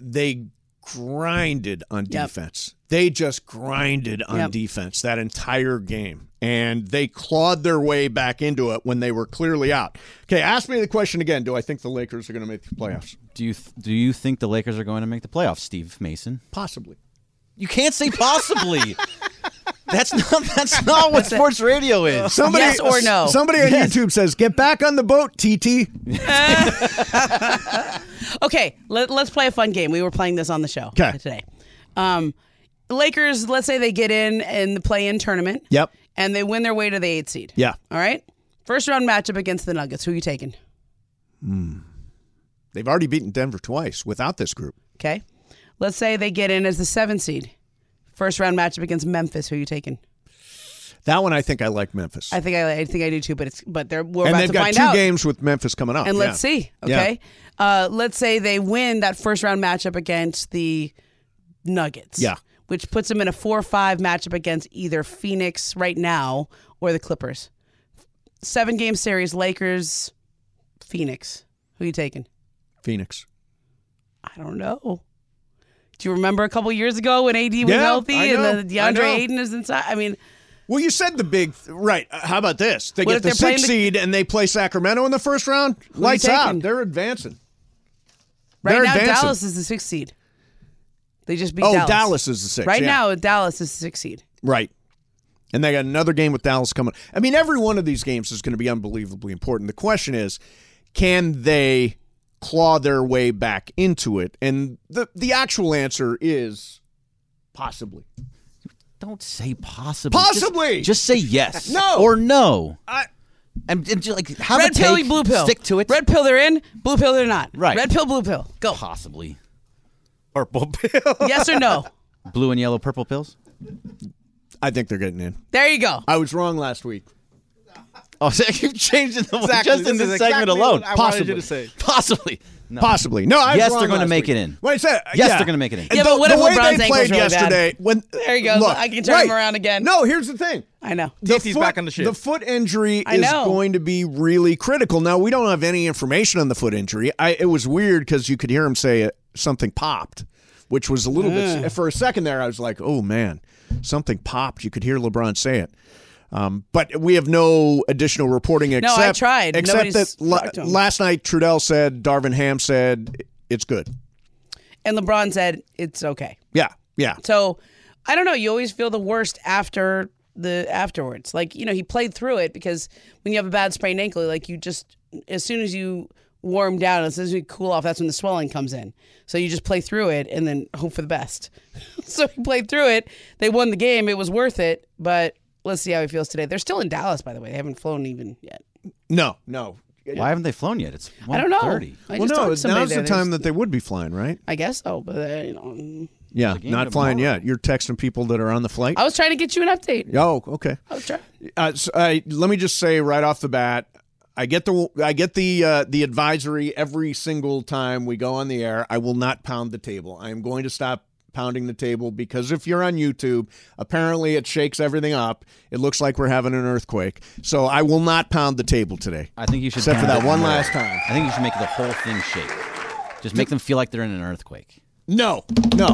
Speaker 2: they grinded on
Speaker 3: Yep.
Speaker 2: defense. They just grinded on
Speaker 3: Yep.
Speaker 2: defense that entire game. And they clawed their way back into it when they were clearly out. Okay, ask me the question again. Do I think the Lakers are going to make the playoffs?
Speaker 7: Do you th- do you think the Lakers are going to make the playoffs, Steve Mason?
Speaker 2: Possibly.
Speaker 7: You can't say possibly. that's not that's not what sports radio is.
Speaker 2: Somebody,
Speaker 3: Yes or no?
Speaker 2: Somebody on YouTube says, "Get back on the boat, TT."
Speaker 3: Okay, let, let's play a fun game. We were playing this on the show
Speaker 2: 'Kay.
Speaker 3: today. Um, Lakers, let's say they get in in the play in tournament.
Speaker 2: Yep.
Speaker 3: And they win their way to the eight seed.
Speaker 2: Yeah.
Speaker 3: All right. First round matchup against the Nuggets. Who you taking?
Speaker 2: They've already beaten Denver twice without this group.
Speaker 3: Okay. Let's say they get in as the seven seed. First round matchup against Memphis. Who you taking?
Speaker 2: That one, I think I like Memphis.
Speaker 3: I think I, I think I do too, but it's but they're we're
Speaker 2: and
Speaker 3: about
Speaker 2: they've
Speaker 3: to
Speaker 2: got
Speaker 3: find
Speaker 2: two
Speaker 3: out.
Speaker 2: games with Memphis coming up.
Speaker 3: and
Speaker 2: Yeah.
Speaker 3: let's see.
Speaker 2: Yeah.
Speaker 3: Okay. Uh, let's say they win that first round matchup against the Nuggets.
Speaker 2: Yeah.
Speaker 3: Which puts them in a four five matchup against either Phoenix right now or the Clippers. Seven game series, Lakers, Phoenix. Who you taking?
Speaker 2: Phoenix.
Speaker 3: I don't know. Do you remember a couple years ago when AD was
Speaker 2: Yeah,
Speaker 3: healthy
Speaker 2: I know,
Speaker 3: and the
Speaker 2: I know.
Speaker 3: DeAndre Ayton is inside? I mean,
Speaker 2: Well, you said the big th- right. Uh, how about this? They
Speaker 3: What if
Speaker 2: get the
Speaker 3: they're playing
Speaker 2: sixth
Speaker 3: the-
Speaker 2: seed and they play Sacramento in the first round. Lights
Speaker 3: taking?
Speaker 2: out. They're advancing.
Speaker 3: right
Speaker 2: They're
Speaker 3: now
Speaker 2: advancing.
Speaker 3: Dallas is the sixth seed. They just beat
Speaker 2: Oh,
Speaker 3: Dallas.
Speaker 2: Dallas. is the sixth.
Speaker 3: right
Speaker 2: yeah.
Speaker 3: now Dallas is the sixth seed.
Speaker 2: Right. And they got another game with Dallas coming. I mean, every one of these games is going to be unbelievably important. The question is, can they claw their way back into it? And the the actual answer is possibly.
Speaker 7: Don't say possibly.
Speaker 2: Possibly!
Speaker 7: Just, just say yes.
Speaker 2: No.
Speaker 7: Or no.
Speaker 2: I-
Speaker 7: and, and just, like have
Speaker 3: Red
Speaker 7: a
Speaker 3: pill,
Speaker 7: take,
Speaker 3: blue pill.
Speaker 7: Stick to it.
Speaker 3: Red pill, they're in. Blue pill, they're not.
Speaker 7: Right.
Speaker 3: Red pill, blue pill. Go.
Speaker 7: possibly.
Speaker 3: yes or
Speaker 2: <laughs>
Speaker 3: no?
Speaker 7: Blue and yellow, purple pills.
Speaker 2: I think they're getting in.
Speaker 3: There you go.
Speaker 2: I was wrong last week.
Speaker 7: Oh, <laughs> so you've changed it
Speaker 8: Exactly.
Speaker 7: just in
Speaker 8: This
Speaker 7: this
Speaker 8: is
Speaker 7: segment
Speaker 8: exactly
Speaker 7: alone.
Speaker 8: what I wanted
Speaker 7: possibly.
Speaker 8: you to say.
Speaker 7: Possibly. No.
Speaker 2: Possibly. No, I was
Speaker 7: Yes,
Speaker 2: wrong
Speaker 7: they're gonna
Speaker 2: last
Speaker 7: make
Speaker 2: week.
Speaker 7: it in.
Speaker 2: When I said
Speaker 7: Yes,
Speaker 2: yeah.
Speaker 7: they're gonna make it in.
Speaker 3: Yeah, but
Speaker 2: the,
Speaker 3: what
Speaker 2: the
Speaker 3: if
Speaker 2: way
Speaker 3: LeBron's
Speaker 2: they
Speaker 3: ankle's
Speaker 2: played
Speaker 3: really bad?
Speaker 2: yesterday? When
Speaker 3: There he goes.
Speaker 2: Look,
Speaker 3: I can turn
Speaker 2: right.
Speaker 3: him around again.
Speaker 2: No, here's the thing.
Speaker 3: I know.
Speaker 8: TT's back on the ship.
Speaker 2: The foot injury
Speaker 3: I
Speaker 2: is
Speaker 3: know.
Speaker 2: going to be really critical. Now we don't have any information on the foot injury. I, it was weird because you could hear him say uh, something popped, which was a little bit. For a second there, I was like, "Oh man, something popped." You could hear LeBron say it. Um, but we have no additional reporting
Speaker 3: No, I
Speaker 2: except
Speaker 3: tried.
Speaker 2: except
Speaker 3: Nobody's
Speaker 2: that la-
Speaker 3: talked to him.
Speaker 2: last night Trudell said, Darvin Ham said, "It's good."
Speaker 3: And LeBron said it's okay.
Speaker 2: Yeah, yeah.
Speaker 3: So I don't know. You always feel the worst after the afterwards. Like you know, he played through it because when you have a bad sprained ankle, like you just as soon as you warm down, as soon as you cool off, that's when the swelling comes in. So you just play through it and then hope for the best. <laughs> so he played through it. They won the game. It was worth it. But let's see how he feels today. They're still in Dallas, by the way. They haven't flown even yet.
Speaker 2: No, no.
Speaker 7: Why haven't they flown yet? It's
Speaker 3: I don't know.
Speaker 7: 1:30.
Speaker 3: I
Speaker 2: well,
Speaker 3: just
Speaker 2: no,
Speaker 3: talked to
Speaker 2: it's-
Speaker 3: somebody
Speaker 2: now's
Speaker 3: there.
Speaker 2: the time that they would be flying, right?
Speaker 3: I guess so, but uh, you know,
Speaker 2: Yeah,
Speaker 7: game
Speaker 2: not flying
Speaker 7: tomorrow.
Speaker 2: yet. You're texting people that are on the flight.
Speaker 3: I was trying to get you an update.
Speaker 2: Oh, okay.
Speaker 3: I was trying.
Speaker 2: Uh, so, I- let me just say right off the bat, I get the I get the uh, the advisory every single time we go on the air. I will not pound the table. I am going to stop pounding the table because if you're on YouTube, apparently it shakes everything up. It looks like we're having an earthquake. So I will not pound the table today.
Speaker 7: I think you should.
Speaker 2: Except for
Speaker 7: pound
Speaker 2: that
Speaker 7: it
Speaker 2: one
Speaker 7: more.
Speaker 2: last time.
Speaker 7: I think you should make the whole thing shake. Just make them feel like they're in an earthquake.
Speaker 2: No, no,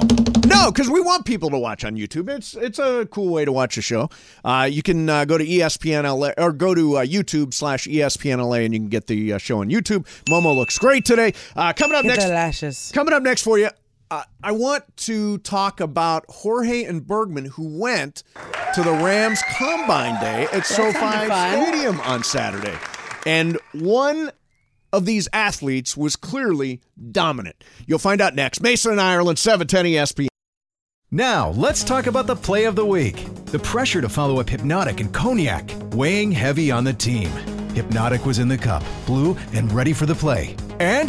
Speaker 2: no, because we want people to watch on YouTube. It's it's a cool way to watch a show. Uh, you can uh, go to ESPN LA or go to uh, YouTube slash ESPN LA and you can get the uh, show on YouTube. Momo looks great today. Uh, coming up
Speaker 3: Get
Speaker 2: next,
Speaker 3: the lashes.
Speaker 2: coming up next for you, uh, I want to talk about Jorge and Bergman who went to the Rams Combine Day at SoFi
Speaker 3: sounded fun.
Speaker 2: Stadium on Saturday, and one of these athletes was clearly dominant. You'll find out next. Mason and Ireland, E 710 ESPN.
Speaker 9: Now, let's talk about the play of the week. The pressure to follow up Hypnotic and Cognac, weighing heavy on the team. Hypnotic was in the cup, blue, and ready for the play. And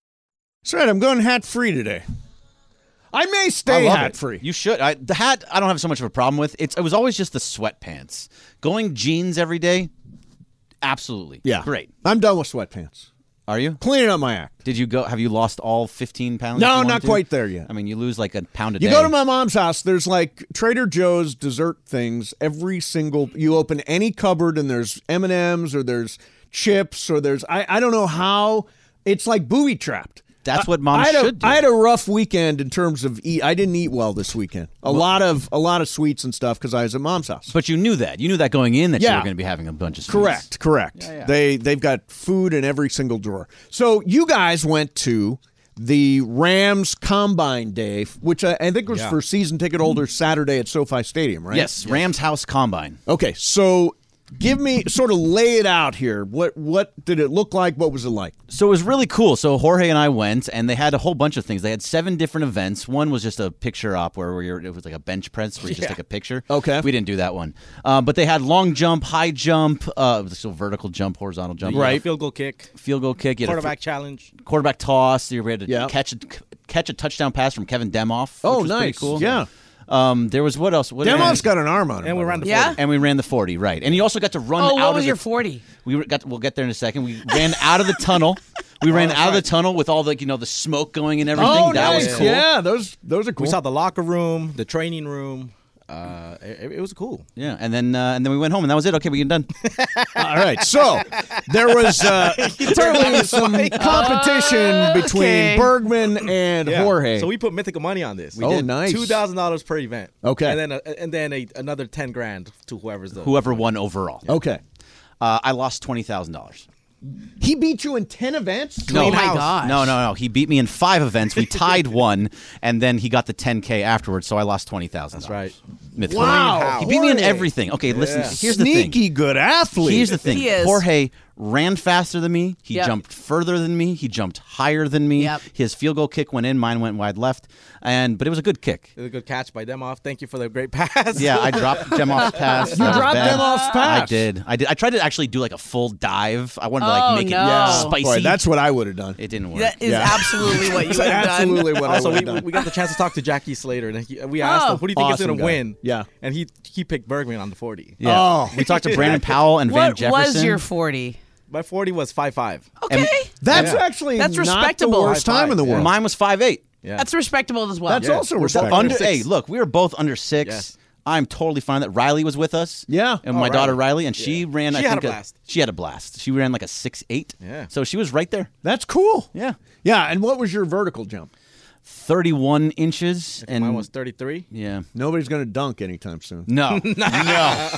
Speaker 2: That's right, I'm going hat free today. I may stay
Speaker 7: love
Speaker 2: hat
Speaker 7: it.
Speaker 2: free.
Speaker 7: You should. I, the hat, I don't have so much of a problem with. It's. It was always just the sweatpants. Going jeans every day, absolutely.
Speaker 2: Yeah.
Speaker 7: Great.
Speaker 2: I'm done with sweatpants.
Speaker 7: Are you?
Speaker 2: Cleaning up my act.
Speaker 7: Did you go? Have you lost all 15 pounds?
Speaker 2: No,
Speaker 7: you wanted
Speaker 2: not
Speaker 7: to?
Speaker 2: quite there yet.
Speaker 7: I mean, you lose like a pound a
Speaker 2: You
Speaker 7: day.
Speaker 2: go to my mom's house, there's like Trader Joe's dessert things every single you open any cupboard and there's M&Ms or there's chips or there's I, I don't know how it's like booby trapped.
Speaker 7: That's what moms
Speaker 2: I had a-
Speaker 7: should do.
Speaker 2: I had a rough weekend in terms of eat. I didn't eat well this weekend. A lot of a lot of sweets and stuff cuz I was at mom's house.
Speaker 7: But you knew that. You knew that going in that you
Speaker 2: Yeah.
Speaker 7: were going to be having a bunch of sweets.
Speaker 2: Correct, correct. They they've got food in every single drawer. So you guys went to the Rams Combine Day, which I, I think was for season ticket holders Saturday at SoFi Stadium, right?
Speaker 7: Yes, Rams House Combine.
Speaker 2: Okay, so give me sort of lay it out here. What what did it look like? What was it like?
Speaker 7: So it was really cool. So Jorge and I went, and they had a whole bunch of things. They had seven different events. One was just a picture op where we were, it was like a bench press where you just take a picture.
Speaker 2: Okay.
Speaker 7: We didn't do that one. Uh, but they had long jump, high jump, uh, so vertical jump, horizontal jump,
Speaker 8: Field goal kick,
Speaker 7: Field goal kick, you had a
Speaker 8: quarterback challenge.
Speaker 7: f- quarterback toss. You had to
Speaker 2: Yeah.
Speaker 7: catch a, catch a touchdown pass from Kevin Demoff.
Speaker 2: Oh,
Speaker 7: which was pretty
Speaker 2: nice.
Speaker 7: Cool.
Speaker 2: Yeah.
Speaker 7: Um, there was what else? What
Speaker 2: Demoff's got an arm on him.
Speaker 8: And we ran the
Speaker 3: Yeah.
Speaker 8: 40.
Speaker 7: And we ran the forty, right? And you also got to run.
Speaker 3: Oh,
Speaker 7: out
Speaker 3: what
Speaker 7: of
Speaker 3: was
Speaker 7: the-
Speaker 3: your forty?
Speaker 7: we were got. We'll get there in a second. We ran out of the
Speaker 8: <laughs>
Speaker 7: tunnel. We ran out of the tunnel with all the you know the smoke going and everything.
Speaker 2: Oh,
Speaker 7: that
Speaker 2: nice.
Speaker 7: was cool.
Speaker 2: Yeah, those those are cool.
Speaker 8: We saw the locker room, the training room. Uh, it, it was cool.
Speaker 7: Yeah, and then uh, and then we went home and that was it. Okay, we are
Speaker 8: <laughs>
Speaker 7: done.
Speaker 2: All right, so there was <laughs> uh, certainly some competition between
Speaker 3: Okay.
Speaker 2: <clears throat> Bergman and
Speaker 8: Yeah.
Speaker 2: Jorge.
Speaker 8: So we put mythical money on this. We
Speaker 2: Oh, nice.
Speaker 8: Two thousand dollars per event.
Speaker 2: Okay.
Speaker 8: And then uh, a, and then a, another ten grand to whoever's the
Speaker 7: Whoever won overall.
Speaker 2: okay.
Speaker 7: Uh, I lost twenty thousand dollars.
Speaker 2: He beat you in ten events.
Speaker 8: Oh
Speaker 7: No,
Speaker 3: Clean my house. gosh.
Speaker 7: Oh No, no, no. He beat me in five events. We
Speaker 8: <laughs>
Speaker 7: tied one, and then he got the ten k afterwards. So I lost twenty thousand. That's
Speaker 8: right.
Speaker 7: Mythical.
Speaker 2: Wow.
Speaker 7: He beat me in
Speaker 2: Jorge.
Speaker 7: everything. Okay, listen. Here's the thing.
Speaker 2: Sneaky good athlete.
Speaker 7: Here's the thing.
Speaker 3: He is.
Speaker 7: Jorge ran faster than me. He
Speaker 3: Yep.
Speaker 7: jumped further than me. He jumped higher than me.
Speaker 3: Yep.
Speaker 7: His field goal kick went in. Mine went wide left. And but it was a good kick.
Speaker 8: It was a good catch by Demoff. Thank you for the great <laughs> pass.
Speaker 7: Yeah, I dropped
Speaker 3: <laughs>
Speaker 7: Demoff's pass. You
Speaker 2: dropped Demoff's
Speaker 7: I
Speaker 2: pass.
Speaker 7: did. I did. I tried to actually do like a full dive. I wanted to
Speaker 3: Oh,
Speaker 7: like make
Speaker 3: no.
Speaker 7: it
Speaker 3: Yeah.
Speaker 7: spicy.
Speaker 2: Boy, that's what I would have done.
Speaker 7: it didn't work.
Speaker 3: That is absolutely what you would have done.
Speaker 2: Absolutely, what I
Speaker 8: also,
Speaker 2: would
Speaker 8: we,
Speaker 2: have done.
Speaker 8: we got the chance to talk to Jackie Slater, and he, we asked
Speaker 3: Oh.
Speaker 8: him, "Who do you think is
Speaker 2: Awesome
Speaker 8: going to
Speaker 2: guy.
Speaker 8: win?"
Speaker 2: Yeah.
Speaker 8: and he he picked Bergman on the forty.
Speaker 7: yeah.
Speaker 2: Oh.
Speaker 7: We talked to Brandon Powell and Van
Speaker 3: What
Speaker 7: Jefferson.
Speaker 3: was your forty?
Speaker 8: My forty was five five.
Speaker 3: Okay.
Speaker 2: That's actually
Speaker 3: That's
Speaker 2: not
Speaker 3: respectable.
Speaker 2: the worst
Speaker 8: High
Speaker 2: time in the
Speaker 8: five,
Speaker 2: world.
Speaker 7: Mine was five eight. Yeah.
Speaker 3: That's respectable as well.
Speaker 2: That's also
Speaker 7: We're both
Speaker 2: respectable.
Speaker 7: under. Hey, look, we were both under six. I'm totally fine. That Riley was with us.
Speaker 2: Yeah.
Speaker 7: and my
Speaker 2: Oh,
Speaker 7: daughter Riley, and she ran. I
Speaker 8: She had
Speaker 7: think
Speaker 8: a blast.
Speaker 7: she had a blast. She ran like a six eight.
Speaker 8: Yeah.
Speaker 7: so she was right there.
Speaker 2: That's cool.
Speaker 7: Yeah,
Speaker 2: Yeah, and what was your vertical jump?
Speaker 7: thirty one inches and
Speaker 8: Mine was 33.
Speaker 7: yeah.
Speaker 2: Nobody's going to dunk anytime soon.
Speaker 8: <laughs>
Speaker 7: No, no,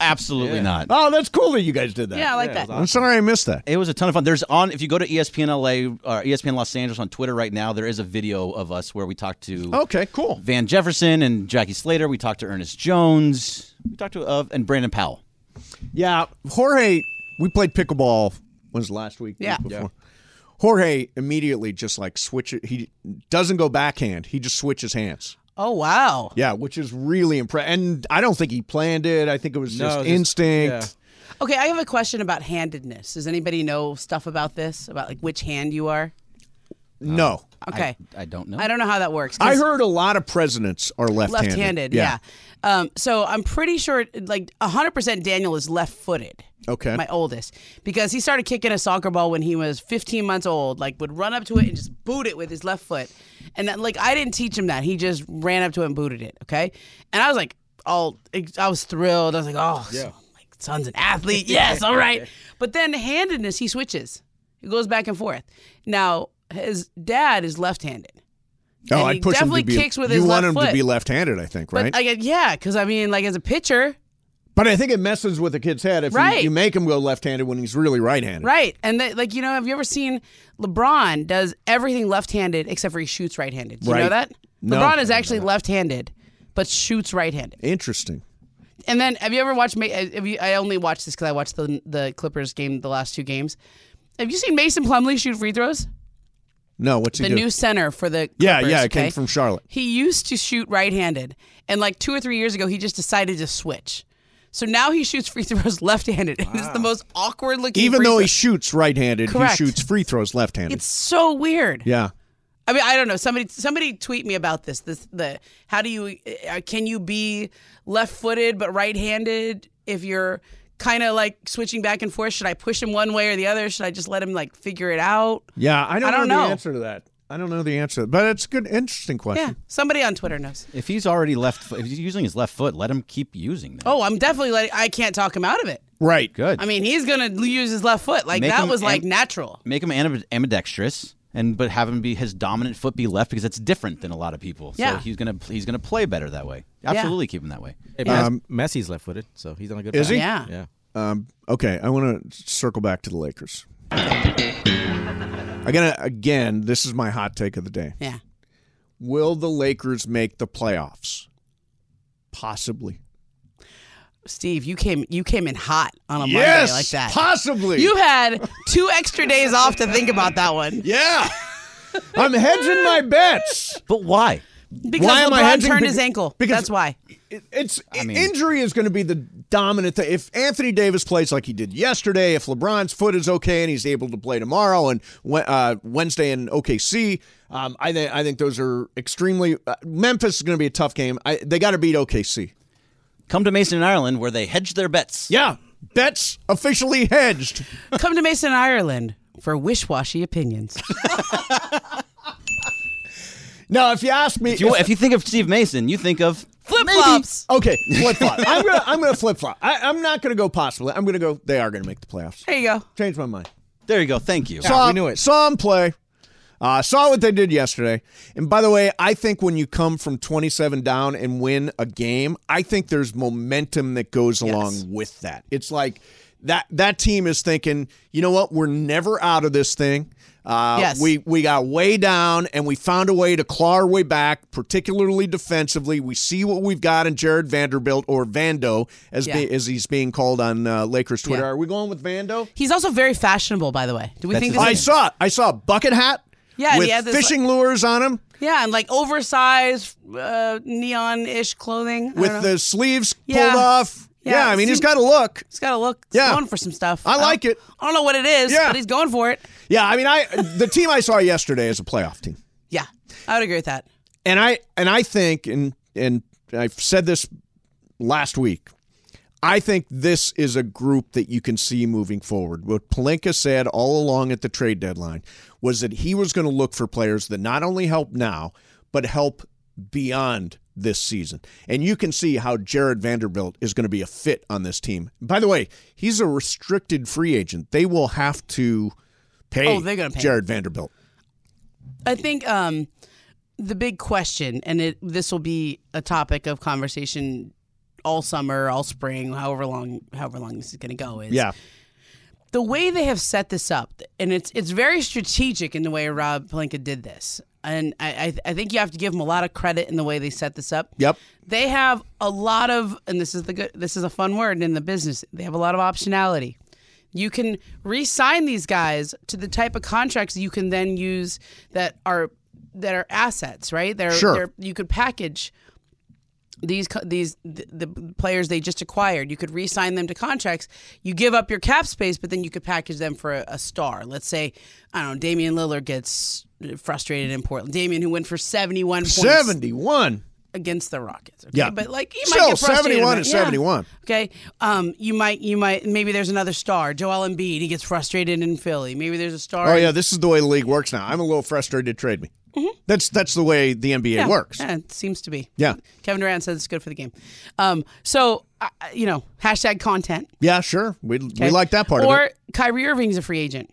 Speaker 7: absolutely not.
Speaker 2: Oh, that's cool that you guys did that.
Speaker 3: yeah, I like that.
Speaker 2: I'm sorry I missed that.
Speaker 7: It was a ton of fun. There's on if you go to E ESPN LA or ESPN Los Angeles on Twitter right now, there is a video of us where we talked to
Speaker 2: Okay, cool.
Speaker 7: Van Jefferson and Jackie Slater. We talked to Ernest Jones. We talked to uh, and Brandon Powell.
Speaker 2: Yeah, Jorge, we played pickleball. When's the last week?
Speaker 3: Yeah.
Speaker 2: Week before. Jorge immediately just like switch it. He doesn't go backhand. He just switches hands.
Speaker 3: Oh wow.
Speaker 2: Yeah, which is really impressive. And I don't think he planned it. I think it was just
Speaker 8: just-
Speaker 2: instinct.
Speaker 3: Okay, I have a question about handedness. Does anybody know stuff about this? About like which hand you are?
Speaker 2: No.
Speaker 3: Okay.
Speaker 7: I don't know.
Speaker 3: I don't know how that works. 'cause-
Speaker 2: I heard a lot of presidents are left-handed.
Speaker 3: left-handed. yeah. Um, so I'm pretty sure, like 100%, Daniel is left-footed.
Speaker 2: Okay.
Speaker 3: My oldest, because he started kicking a soccer ball when he was 15 months old. Like would run up to it and just boot it with his left foot, and that, like I didn't teach him that. He just ran up to it and booted it. Okay. And I was like, all I was thrilled. I was like, oh, like son's an athlete. Yes, all
Speaker 2: <laughs>
Speaker 3: right. But then handedness, he switches. He goes back and forth. Now his dad is left-handed.
Speaker 2: Oh,
Speaker 3: And
Speaker 2: I'd
Speaker 3: he
Speaker 2: push him
Speaker 3: definitely
Speaker 2: to be.
Speaker 3: kicks with
Speaker 2: you
Speaker 3: his left
Speaker 2: want him to
Speaker 3: foot.
Speaker 2: be left-handed, I think, right?
Speaker 3: But I, get- yeah, because I mean, like as a pitcher,
Speaker 2: But I think it messes with the kid's head if you-
Speaker 3: Right.
Speaker 2: you, make him go left-handed when he's really right-handed.
Speaker 3: right? And they, like you know, have you ever seen LeBron does everything left-handed except for he shoots right-handed? Do you
Speaker 2: Right.
Speaker 3: know that
Speaker 2: No.
Speaker 3: LeBron is actually left-handed, but shoots right-handed.
Speaker 2: Interesting.
Speaker 3: And then have you ever watched? Ma- uh, Have you, I only watched this because I watched the the Clippers game the last two games. Have you seen Mason Plumlee shoot free throws?
Speaker 2: No, what's he
Speaker 3: The
Speaker 2: do?
Speaker 3: new center for the
Speaker 2: yeah,
Speaker 3: Clippers,
Speaker 2: yeah, it came
Speaker 3: okay?
Speaker 2: from Charlotte.
Speaker 3: He used to shoot right-handed, and like two or three years ago, he just decided to switch. So now he shoots free <laughs> throws left-handed. and It's the most awkward-looking.
Speaker 2: Even
Speaker 3: free
Speaker 2: though
Speaker 3: throw.
Speaker 2: he shoots right-handed,
Speaker 3: Correct.
Speaker 2: he shoots free throws left-handed.
Speaker 3: it's so weird.
Speaker 2: yeah.
Speaker 3: I mean, I don't know. Somebody, somebody tweet me about this. This the how do you uh, can you be left-footed but right-handed if you're kind of like switching back and forth? Should I push him one way or the other? Should I just let him like figure it out?
Speaker 2: Yeah, I don't,
Speaker 3: I don't
Speaker 2: know,
Speaker 3: know.
Speaker 2: the answer to that. I don't know the answer, but it's a good, interesting question.
Speaker 3: Yeah, somebody on Twitter knows.
Speaker 7: If he's already left, if he's using his left foot, let him keep using that.
Speaker 3: Oh, I'm definitely letting. I can't talk him out of it.
Speaker 2: Right.
Speaker 7: good.
Speaker 3: I mean, he's gonna use his left foot. Like
Speaker 7: Make
Speaker 3: that
Speaker 7: him
Speaker 3: was like
Speaker 7: am-
Speaker 3: natural.
Speaker 7: Make him ambi- ambidextrous, and but have him be his dominant foot be left because it's different than a lot of people. So
Speaker 3: Yeah.
Speaker 7: he's gonna he's gonna play better that way. Absolutely, keep him that way.
Speaker 8: Hey, Mes- Messi's left footed, so he's on a good
Speaker 2: Is
Speaker 8: path.
Speaker 2: he?
Speaker 3: Yeah.
Speaker 8: Yeah.
Speaker 2: Um, okay, I want to circle back to the Lakers. I'm gonna again. This is my hot take of the day.
Speaker 3: Yeah.
Speaker 2: Will the Lakers make the playoffs? Possibly.
Speaker 3: Steve, you came you came in hot on a Monday like that.
Speaker 2: Possibly.
Speaker 3: you had two extra days off to think about that one
Speaker 2: yeah. I'm hedging my bets.
Speaker 7: But why?
Speaker 3: because
Speaker 2: Why am I
Speaker 3: LeBron
Speaker 2: hedging?
Speaker 3: turned
Speaker 2: Beca-
Speaker 3: his ankle.
Speaker 2: because-
Speaker 3: That's why.
Speaker 2: It- It's injury is going to be the dominant thing. If Anthony Davis plays like he did yesterday, if LeBron's foot is okay and he's able to play tomorrow and Wed- uh, Wednesday in OKC, um, I think I think those are extremely. Uh, Memphis is going to be a tough game. I, they got to beat OKC.
Speaker 7: Come to Mason, Ireland, where they hedge their bets.
Speaker 2: Yeah, bets officially hedged.
Speaker 3: Come to Mason, Ireland for wish-washy
Speaker 2: <laughs>
Speaker 3: opinions.
Speaker 2: Now, if you ask me,
Speaker 7: If you, if you think of Steve Mason, you think of
Speaker 3: Flip flops.
Speaker 2: okay, flip flop. I'm gonna I'm gonna flip flop. I'm not gonna go possibly. I'm gonna go. They are gonna make the playoffs.
Speaker 3: There you go.
Speaker 2: Change my mind.
Speaker 7: there you go. Thank you.
Speaker 2: saw,
Speaker 8: we knew it.
Speaker 2: Saw him play. Uh, saw what they did yesterday. And by the way, I think when you come from 27 down and win a game, I think there's momentum that goes along with that. It's like that that team is thinking, you know what? We're never out of this thing. Uh,
Speaker 3: Yes.
Speaker 2: We we got way down and we found a way to claw our way back, particularly defensively. We see what we've got in Jared Vanderbilt or Vando, as
Speaker 3: Yeah.
Speaker 2: be, as he's being called on uh, Lakers Twitter.
Speaker 3: Yeah.
Speaker 2: Are we going with Vando?
Speaker 3: He's also very fashionable, by the way. Do we
Speaker 7: That's
Speaker 3: think
Speaker 7: his
Speaker 3: this
Speaker 2: I
Speaker 3: is,
Speaker 2: saw it. I saw a bucket hat.
Speaker 3: Yeah, and
Speaker 2: with
Speaker 3: he had this,
Speaker 2: fishing lures on him,
Speaker 3: Yeah, and like oversized uh, neon-ish clothing. I don't know.
Speaker 2: with the sleeves
Speaker 3: Yeah.
Speaker 2: pulled off. Yeah,
Speaker 3: Yeah,
Speaker 2: I mean he's
Speaker 3: seemed-
Speaker 2: got a look.
Speaker 3: He's got to look. He's
Speaker 2: Yeah.
Speaker 3: going for some stuff.
Speaker 2: I
Speaker 3: don't-
Speaker 2: like it.
Speaker 3: I don't know what it is,
Speaker 2: Yeah.
Speaker 3: but he's going for it.
Speaker 2: Yeah, I mean I the team I saw yesterday is a playoff team,
Speaker 3: Yeah, I would agree with that.
Speaker 2: and I and I think and and I've said this last week. I think this is a group that you can see moving forward. What Palenka said all along at the trade deadline was that he was going to look for players that not only help now, but help beyond this season. And you can see how Jared Vanderbilt is going to be a fit on this team. By the way, he's a restricted free agent. They will have to pay,
Speaker 3: Oh, they're gonna pay him.
Speaker 2: Jared Vanderbilt.
Speaker 3: I think um, the big question, and it, this will be a topic of conversation all summer, all spring, however long, however long this is going to go, is
Speaker 2: Yeah.
Speaker 3: the way they have set this up, and it's it's very strategic in the way Rob Palenka did this, and I I, I think you have to give him a lot of credit in the way they set this up.
Speaker 2: Yep.
Speaker 3: They have a lot of, and this is the good, this is a fun word in the business. They have a lot of optionality. You can re-sign these guys to the type of contracts you can then use that are that are assets, right? They're,
Speaker 2: Sure.
Speaker 3: they're you could package these co- these the, the players they just acquired. You could re-sign them to contracts. You give up your cap space, but then you could package them for a, a star. Let's say I don't know. Damian Lillard gets frustrated in Portland. Damian, who went for seventy-one points
Speaker 2: 71.
Speaker 3: against the Rockets. Okay?
Speaker 2: Yeah.
Speaker 3: but like you
Speaker 2: Still,
Speaker 3: might get frustrated
Speaker 2: 71
Speaker 3: about-
Speaker 2: is
Speaker 3: yeah.
Speaker 2: 71.
Speaker 3: Okay, um, you might you might maybe there's another star, Joel Embiid. He gets frustrated in Philly. Maybe there's a star.
Speaker 2: Oh
Speaker 3: in-
Speaker 2: yeah, this is the way the league works now. I'm a little frustrated. Trade me. That's that's the way the NBA
Speaker 3: Mm-hmm. yeah,
Speaker 2: works.
Speaker 3: Yeah, it seems to be.
Speaker 2: Yeah.
Speaker 3: Kevin Durant says it's good for the game. Um, so I I- you know, hashtag content.
Speaker 2: Yeah, sure. We we
Speaker 3: okay?
Speaker 2: like that part
Speaker 3: or
Speaker 2: of it.
Speaker 3: Kyrie Irving's a free agent.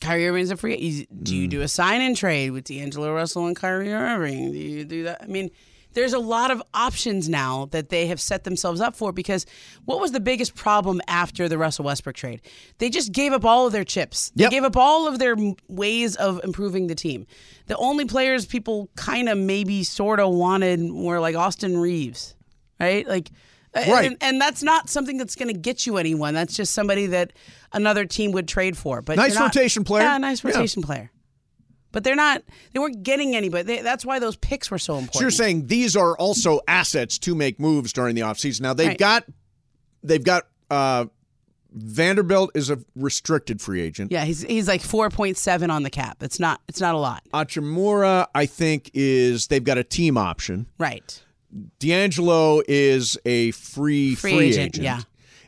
Speaker 3: Kyrie Irving's a free. He's, do
Speaker 2: Mm.
Speaker 3: you do a sign and trade with D'Angelo Russell and Kyrie Irving? Do you do that? I mean, there's a lot of options now that they have set themselves up for. Because what was the biggest problem after the Russell Westbrook trade? They just gave up all of their chips.
Speaker 2: Yep.
Speaker 3: They gave up all of their m- ways of improving the team. The only players people kind of maybe sort of wanted were like Austin Reeves, right? Like. and-
Speaker 2: Right.
Speaker 3: And, and that's not something that's going to get you anyone. That's just somebody that another team would trade for. But
Speaker 2: Nice
Speaker 3: you're not-
Speaker 2: rotation player.
Speaker 3: Yeah, nice
Speaker 2: Yeah.
Speaker 3: rotation player. But they're not. They weren't getting anybody. They, that's why those picks were so important.
Speaker 2: So you're saying these are also assets to make moves during the offseason. Now they've
Speaker 3: Right.
Speaker 2: got they've got uh Vanderbilt is a restricted free agent.
Speaker 3: Yeah, he's he's like four point seven on the cap. It's not. It's not a lot.
Speaker 2: Achimura, I think, is they've got a team option.
Speaker 3: Right.
Speaker 2: D'Angelo is a free
Speaker 3: Free
Speaker 2: free,
Speaker 3: agent,
Speaker 2: agent,
Speaker 3: yeah.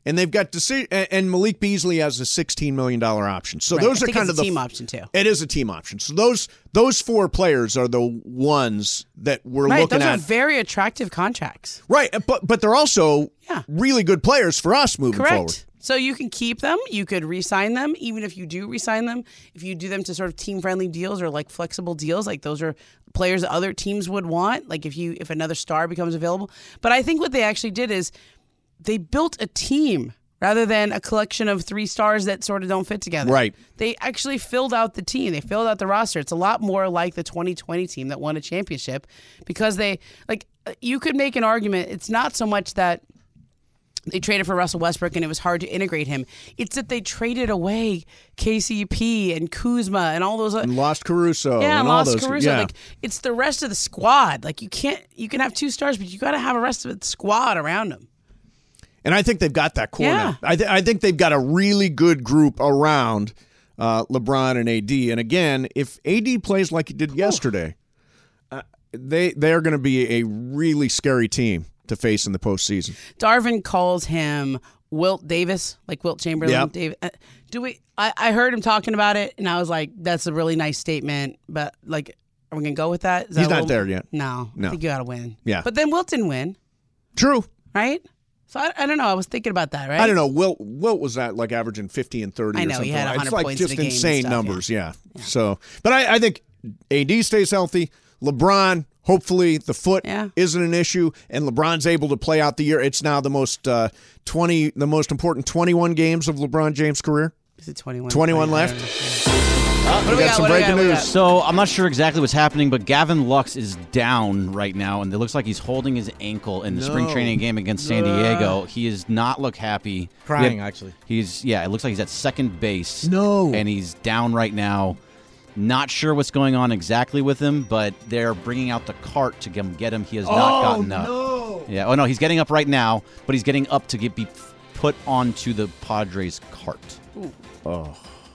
Speaker 2: And they've got deci- a- and Malik Beasley has a sixteen million dollar option. So
Speaker 3: Right.
Speaker 2: those
Speaker 3: I
Speaker 2: are
Speaker 3: think
Speaker 2: kind
Speaker 3: it's a
Speaker 2: of the
Speaker 3: team option too.
Speaker 2: It is a team option. So those those four players are the ones that we're
Speaker 3: Right.
Speaker 2: looking
Speaker 3: Those
Speaker 2: at.
Speaker 3: are very attractive contracts.
Speaker 2: right, uh, but but they're also
Speaker 3: Yeah.
Speaker 2: really good players for us moving
Speaker 3: Correct.
Speaker 2: forward.
Speaker 3: So you can keep them. You could re-sign them. Even if you do re-sign them, if you do them to sort of team-friendly deals or like flexible deals, like those are players that other teams would want. Like if you if another star becomes available. But I think what they actually did is they built a team rather than a collection of three stars that sort of don't fit together.
Speaker 2: Right.
Speaker 3: They actually filled out the team. They filled out the roster. It's a lot more like the 2020 team that won a championship because they like you could make an argument. It's not so much that they traded for Russell Westbrook and it was hard to integrate him. It's that they traded away KCP and Kuzma and all those other
Speaker 2: And lost Caruso
Speaker 3: yeah,
Speaker 2: and
Speaker 3: Los
Speaker 2: all those.
Speaker 3: Caruso.
Speaker 2: yeah.
Speaker 3: Like it's the rest of the squad. Like you can't you can have two stars, but you got to have a rest of the squad around them.
Speaker 2: and I think they've got that core.
Speaker 3: Yeah.
Speaker 2: now. I th- I think they've got a really good group around uh, LeBron and AD. And again, if AD plays like he did yesterday, uh, they they are going to be a really scary team to face in the postseason.
Speaker 3: Darvin calls him Wilt Davis, like Wilt Chamberlain.
Speaker 2: Yep.
Speaker 3: Dav- uh, do we? I, I heard him talking about it, and I was like, "That's a really nice statement," but like, are we gonna go with that? Is that
Speaker 2: He's
Speaker 3: a
Speaker 2: not
Speaker 3: little-
Speaker 2: there yet.
Speaker 3: No, I
Speaker 2: No.
Speaker 3: think you gotta win.
Speaker 2: Yeah.
Speaker 3: but then Wilt didn't win,
Speaker 2: True.
Speaker 3: right? So I, I don't know. I was thinking about that, right?
Speaker 2: I don't know. Wilt Wilt was at like averaging fifty and thirty.
Speaker 3: I
Speaker 2: or
Speaker 3: know, he
Speaker 2: something
Speaker 3: had
Speaker 2: like-
Speaker 3: 100
Speaker 2: It's like
Speaker 3: points in
Speaker 2: just
Speaker 3: a game and
Speaker 2: insane
Speaker 3: stuff, yeah.
Speaker 2: numbers. Yeah. So, but I, I think AD stays healthy. LeBron, hopefully, the foot
Speaker 3: Yeah.
Speaker 2: isn't an issue, and LeBron's able to play out the year. It's now the most uh, twenty, the most important twenty-one games of LeBron James' career.
Speaker 3: Is it 21?
Speaker 2: 21 left.
Speaker 3: What do Oh, we got?
Speaker 2: some
Speaker 3: What do we
Speaker 2: breaking
Speaker 3: got? What do we got?
Speaker 7: So I'm not sure exactly what's happening, but Gavin Lux is down right now, and it looks like he's holding his ankle in the spring training game against San Diego. He does not look happy.
Speaker 8: Crying,
Speaker 7: Yeah,
Speaker 8: actually.
Speaker 7: He's yeah. It looks like he's at second base.
Speaker 2: No.
Speaker 7: and he's down right now. Not sure what's going on exactly with him, but they're bringing out the cart to come get him. He has not gotten up. Yeah. Oh no, he's getting up right now, but he's getting up to get be put onto the Padres cart.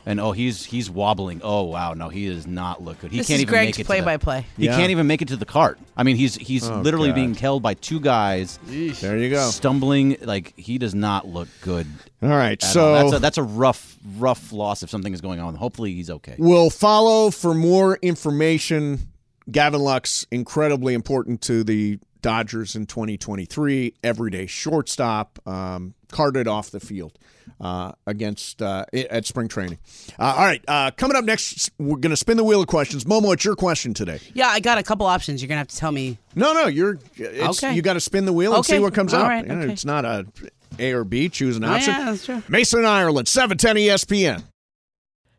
Speaker 7: And oh, he's he's wobbling. Oh wow, no, he does not look good. He
Speaker 3: This
Speaker 7: can't
Speaker 3: is
Speaker 7: even
Speaker 3: Greg's
Speaker 7: make it. to the,
Speaker 3: play-by-play.
Speaker 7: He
Speaker 2: Yeah. Oh,
Speaker 7: can't even make it to the cart. I mean, he's he's literally
Speaker 2: God.
Speaker 7: being held by two guys,
Speaker 2: There you go.
Speaker 7: stumbling. Like he does not look good.
Speaker 2: All right.
Speaker 7: at
Speaker 2: So
Speaker 7: all. that's a, that's a rough rough loss if something is going on. Hopefully he's okay.
Speaker 2: We'll follow for more information. Gavin Lux, incredibly important to the Dodgers in 2023, everyday shortstop, um, carted off the field uh, against uh, i- at spring training. Uh, all right, uh, coming up next, we're going to spin the wheel of questions. Momo, it's your question today.
Speaker 3: Yeah, I got a couple options. You're gonna have to tell me.
Speaker 2: No, no, you're it's,
Speaker 3: Okay.
Speaker 2: you got to spin the wheel and see
Speaker 3: Okay.
Speaker 2: what comes
Speaker 3: All
Speaker 2: out.
Speaker 3: right,
Speaker 2: You know,
Speaker 3: okay.
Speaker 2: It's not a A or B. Choose an
Speaker 3: yeah,
Speaker 2: option.
Speaker 3: that's true.
Speaker 2: Mason Ireland, E 710 ESPN.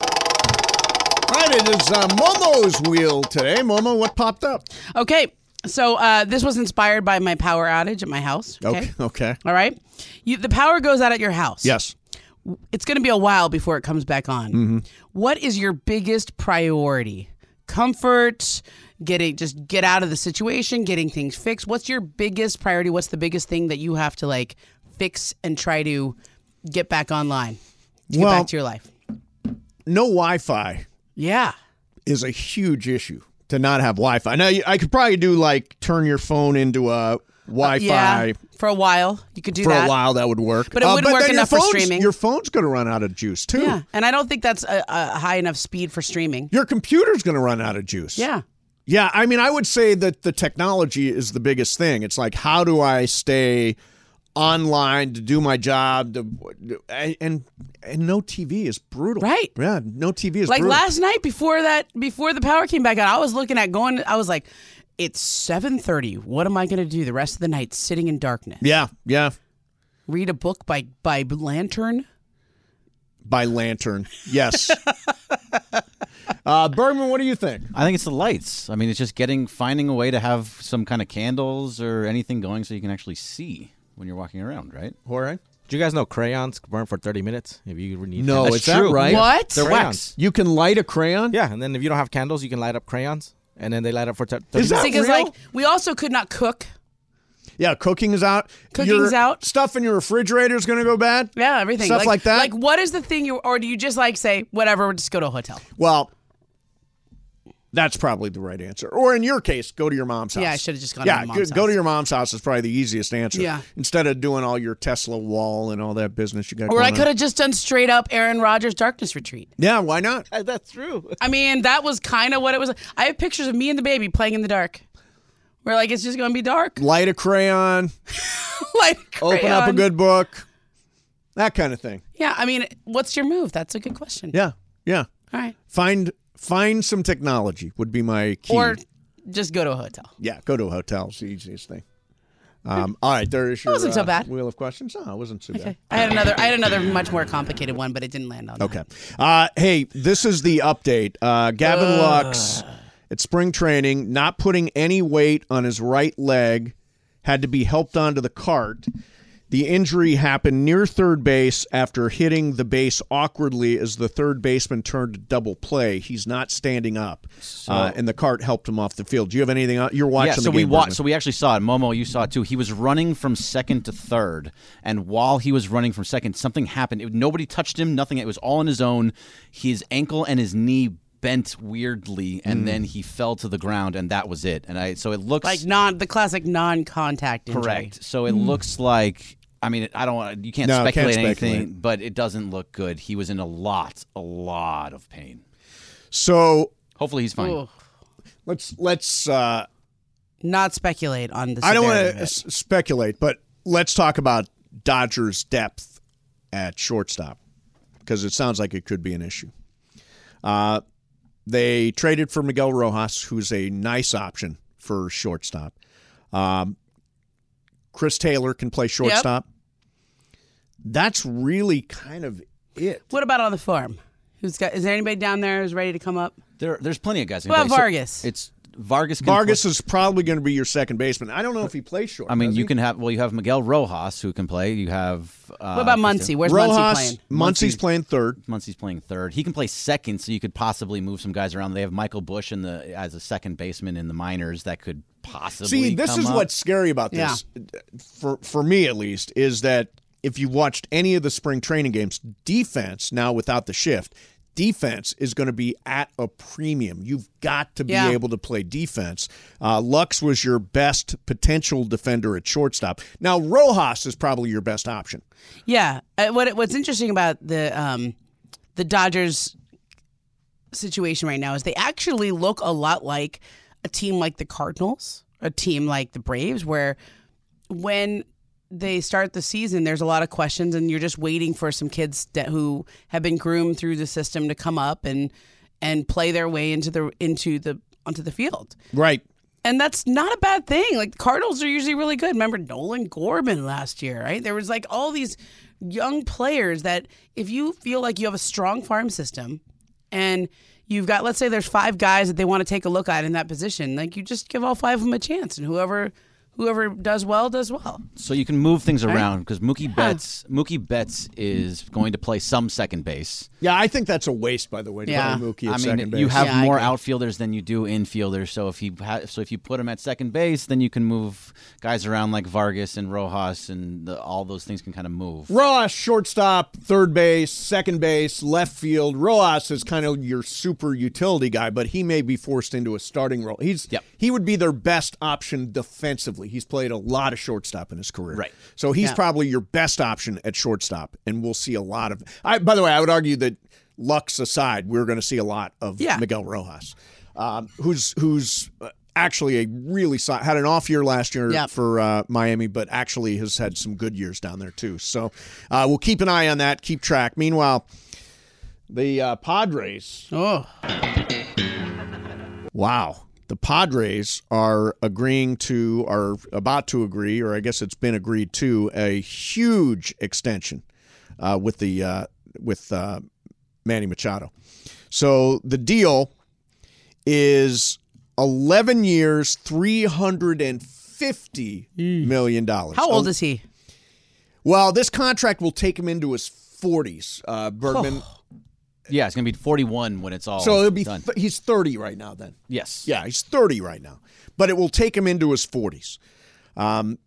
Speaker 2: All right, it is uh, Momo's wheel today. Momo, what popped up?
Speaker 3: Okay, so uh, this was inspired by my power outage at my house. Okay.
Speaker 2: Okay. Okay.
Speaker 3: All right. You, the power goes out at your house.
Speaker 2: Yes.
Speaker 3: It's going to be a while before it comes back on.
Speaker 2: Mm-hmm.
Speaker 3: What is your biggest priority? Comfort, getting just get out of the situation, getting things fixed. What's your biggest priority? What's the biggest thing that you have to like fix and try to get back online? To get
Speaker 2: Well-
Speaker 3: back to your life.
Speaker 2: No Wi-Fi
Speaker 3: Yeah.
Speaker 2: is a huge issue. To not have Wi-Fi. Now you- I could probably do like turn your phone into a Wi-Fi
Speaker 3: Uh, Yeah. For a while. You could do
Speaker 2: for
Speaker 3: that.
Speaker 2: a while. That would work. Uh,
Speaker 3: But it wouldn't work
Speaker 2: then your
Speaker 3: enough for
Speaker 2: phone's-
Speaker 3: streaming.
Speaker 2: Your phone's going to run out of juice too.
Speaker 3: Yeah. And I don't think that's a, a high enough speed for streaming.
Speaker 2: Your computer's going to run out of juice.
Speaker 3: Yeah.
Speaker 2: Yeah, I mean, I would say that the technology is the biggest thing. It's like, how do I stay online to do my job? To, and and no TV is brutal.
Speaker 3: Right.
Speaker 2: Yeah, no TV is
Speaker 3: like
Speaker 2: brutal.
Speaker 3: last night before that before the power came back on i was looking at going i was like it's 7.30 what am i going to do the rest of the night sitting in darkness
Speaker 2: Yeah, yeah.
Speaker 3: read a book by by lantern
Speaker 2: By lantern,
Speaker 3: <laughs>
Speaker 2: yes. uh, Bergman, what do you think?
Speaker 7: I think it's the lights. I mean, it's just getting finding a way to have some kind of candles or anything going so you can actually see when you're walking around, right?
Speaker 2: Jorge,
Speaker 8: Do you guys know crayons burn for 30 minutes if you need
Speaker 2: No,
Speaker 8: candles?
Speaker 2: is that true. right?
Speaker 3: What?
Speaker 8: They're wax.
Speaker 2: you can light a crayon.
Speaker 8: Yeah, and then if you don't have candles, you can light up crayons, and then they light up for t- 30
Speaker 2: Is that
Speaker 8: minutes.
Speaker 3: See, 'cause,
Speaker 2: real?
Speaker 3: like we also could not cook
Speaker 2: yeah. Cooking is out.
Speaker 3: Cooking's
Speaker 2: Your
Speaker 3: out.
Speaker 2: Stuff in your refrigerator is going to go bad.
Speaker 3: yeah everything
Speaker 2: Stuff like that?
Speaker 3: like what is the thing you or do you just like say whatever we'll just go to a hotel
Speaker 2: Well, that's probably the right answer. Or in your case, go to your mom's house.
Speaker 3: Yeah, I should've just gone to
Speaker 2: Yeah,
Speaker 3: my
Speaker 2: go,
Speaker 3: mom's
Speaker 2: go to
Speaker 3: house.
Speaker 2: your mom's house is probably the easiest answer.
Speaker 3: Yeah.
Speaker 2: Instead of doing all your Tesla wall and all that business you got.
Speaker 3: or
Speaker 2: going
Speaker 3: i
Speaker 2: on.
Speaker 3: could have just done straight up aaron Rodgers darkness retreat
Speaker 2: Yeah, why not?
Speaker 3: Uh,
Speaker 8: That's true.
Speaker 3: i mean that was kind of what it was i have pictures of me and the baby playing in the dark we're like it's just gonna be dark <laughs>
Speaker 2: Light a crayon,
Speaker 3: like
Speaker 2: open up a
Speaker 3: crayon.
Speaker 2: good book, that kind of thing.
Speaker 3: yeah i mean what's your move that's a good question
Speaker 2: Yeah, yeah.
Speaker 3: all right
Speaker 2: Find find some technology would be my key.
Speaker 3: or just go to a hotel.
Speaker 2: yeah, go to a hotel. It's the easiest thing. Um, all right, there is your
Speaker 3: wasn't so
Speaker 2: uh,
Speaker 3: bad.
Speaker 2: wheel of questions. No, it wasn't too bad.
Speaker 3: I had another. I had another much more complicated one, but it didn't land on.
Speaker 2: Okay. Uh, hey, this is the update. Uh, Gavin Lux at spring training, not putting any weight on his right leg, had to be helped onto the cart. The injury happened near third base after hitting the base awkwardly as the third baseman turned to double play. He's not standing up, uh, and the cart helped him off the field. Do you have anything? Else? You're watching
Speaker 7: yeah, so
Speaker 2: the game.
Speaker 7: we
Speaker 2: Bergman.
Speaker 7: watched. So we actually saw it. Momo, you saw it too. He was running from second to third, and while he was running from second, something happened. It, nobody touched him. Nothing. It was all on his own. His ankle and his knee bent weirdly, and
Speaker 2: Hmm.
Speaker 7: then he fell to the ground, and that was it. And I. So it looks
Speaker 3: Like non, the classic non-contact injury.
Speaker 7: correct. So it looks like. I mean, I don't. want You can't
Speaker 2: Hmm. No, can't
Speaker 7: speculate anything,
Speaker 2: speculate.
Speaker 7: but it doesn't look good. He was in a lot, a lot of pain.
Speaker 2: So
Speaker 7: Hopefully, he's fine.
Speaker 3: Ooh.
Speaker 2: let's let's. Uh,
Speaker 3: Not speculate on the.
Speaker 2: I don't
Speaker 3: severity
Speaker 2: want
Speaker 3: of
Speaker 2: to
Speaker 3: it.
Speaker 2: s- speculate, but let's talk about Dodgers' depth at shortstop because it sounds like it could be an issue. Uh, they traded for Miguel Rojas, who's a nice option for shortstop. Um, Chris Taylor can play shortstop. That's really kind of it.
Speaker 3: What about on the farm? Who's got? Is there anybody down there who's ready to come up?
Speaker 7: There, there's plenty of guys.
Speaker 3: What about
Speaker 7: So
Speaker 3: Vargas?
Speaker 7: it's Vargas. Can
Speaker 2: Vargas
Speaker 7: play-
Speaker 2: is probably going to be your second baseman. I don't know if he plays short.
Speaker 7: I mean,
Speaker 2: does
Speaker 7: you
Speaker 2: he?
Speaker 7: can have. Well, you have Miguel Rojas who can play. You have. Uh,
Speaker 3: What about Muncy? Where's Muncy Rojas- playing? Muncy's
Speaker 2: playing third.
Speaker 7: Muncie's playing third. He can play second, so you could possibly move some guys around. They have Michael Bush in the as a second baseman in the minors that could possibly.
Speaker 2: See, this
Speaker 7: come
Speaker 2: is
Speaker 7: up.
Speaker 2: what's scary about this, for for me at least, is that if you watched any of the spring training games, defense now without the shift, defense is going to be at a premium. You've got to be
Speaker 10: Yeah.
Speaker 2: able to play defense. Uh, Lux was your best potential defender at shortstop. Now Rojas is probably your best option.
Speaker 3: Yeah. Uh, what what's interesting about the um, the Dodgers situation right now is they actually look a lot like a team like the Cardinals, a team like the Braves, where when they start the season, there's a lot of questions, and you're just waiting for some kids that, who have been groomed through the system to come up and and play their way into the into the onto the field.
Speaker 2: Right.
Speaker 3: And that's not a bad thing. Like the Cardinals are usually really good. Remember Nolan Gorman last year, right? There was like all these young players that if you feel like you have a strong farm system and you've got let's say there's five guys that they want to take a look at in that position, like you just give all five of them a chance and whoever whoever does well does well.
Speaker 7: So you can move things
Speaker 3: Right?
Speaker 7: around because Mookie Betts. Mookie Betts is going to play some second base.
Speaker 2: Yeah, I think that's a waste, by the way. To play Mookie at
Speaker 7: I mean,
Speaker 2: second base.
Speaker 7: you have more outfielders than you do infielders. So if you ha- so if you put him at second base, then you can move guys around like Vargas and Rojas, and the, all those things can kind of move.
Speaker 2: Rojas, shortstop, third base, second base, left field. Rojas is kind of your super utility guy, but he may be forced into a starting role. He's he would be their best option defensively. He's played a lot of shortstop in his career, right? So he's
Speaker 10: Yeah.
Speaker 2: probably your best option at shortstop, and we'll see a lot of. I by the way, I would argue that Lux aside, we're going to see a lot of
Speaker 10: Yeah.
Speaker 2: Miguel Rojas, um, who's who's. uh, Actually, a really so- had an off year last year
Speaker 10: Yep.
Speaker 2: for uh, Miami, but actually has had some good years down there too. So uh, we'll keep an eye on that, keep track. Meanwhile, the uh, Padres.
Speaker 3: Oh,
Speaker 2: wow! The Padres are agreeing to, are about to agree, or I guess it's been agreed to, a huge extension uh, with the uh, with uh, Manny Machado. So the deal is 11 years, 350 million dollars. Um,
Speaker 3: How old is he?
Speaker 2: Well, this contract will take him into his 40s, uh,
Speaker 3: Oh.
Speaker 2: Bergman.
Speaker 7: Yeah, it's going to be 41 when it's all
Speaker 2: so it'll be
Speaker 7: Oh, done.
Speaker 2: th- he's 30 right now then.
Speaker 7: yes.
Speaker 2: Yeah, he's 30 right now, but it will take him into his 40s. Um,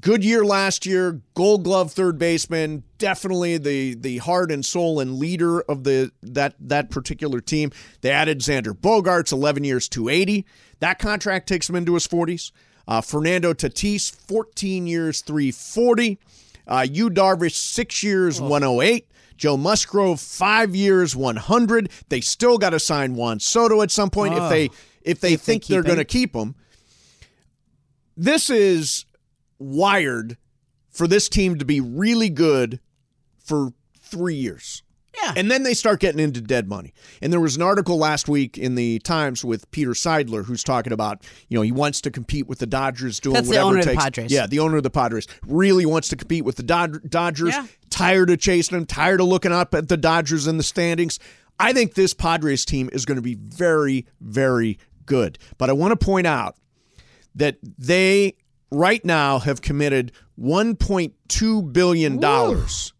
Speaker 2: good year last year, Gold Glove third baseman, definitely the the heart and soul and leader of the that that particular team. They added Xander Bogarts, 11 years, 280. That contract takes him into his 40s. Uh, Fernando Tatis, 14 years, 340. Uh, Yu Darvish, six years, 108. Joe Musgrove, five years, 100. They still got to sign Juan Soto at some point if
Speaker 10: Wow.
Speaker 2: they if they think
Speaker 10: keep
Speaker 2: they are
Speaker 10: him.
Speaker 2: going to keep him. This is wired for this team to be really good for three years.
Speaker 3: Yeah.
Speaker 2: And then they start getting into dead money. And there was an article last week in the Times with Peter Seidler who's talking about, you know, he wants to compete with the Dodgers doing
Speaker 3: That's the
Speaker 2: whatever
Speaker 3: owner
Speaker 2: it
Speaker 3: of the
Speaker 2: takes.
Speaker 3: Padres.
Speaker 2: Yeah, the owner of the Padres really wants to compete with the Dod- Dodgers.
Speaker 3: Yeah.
Speaker 2: Tired of chasing them, tired of looking up at the Dodgers in the standings. I think this Padres team is going to be very, very good. But I want to point out that they right now have committed 1.2 billion dollars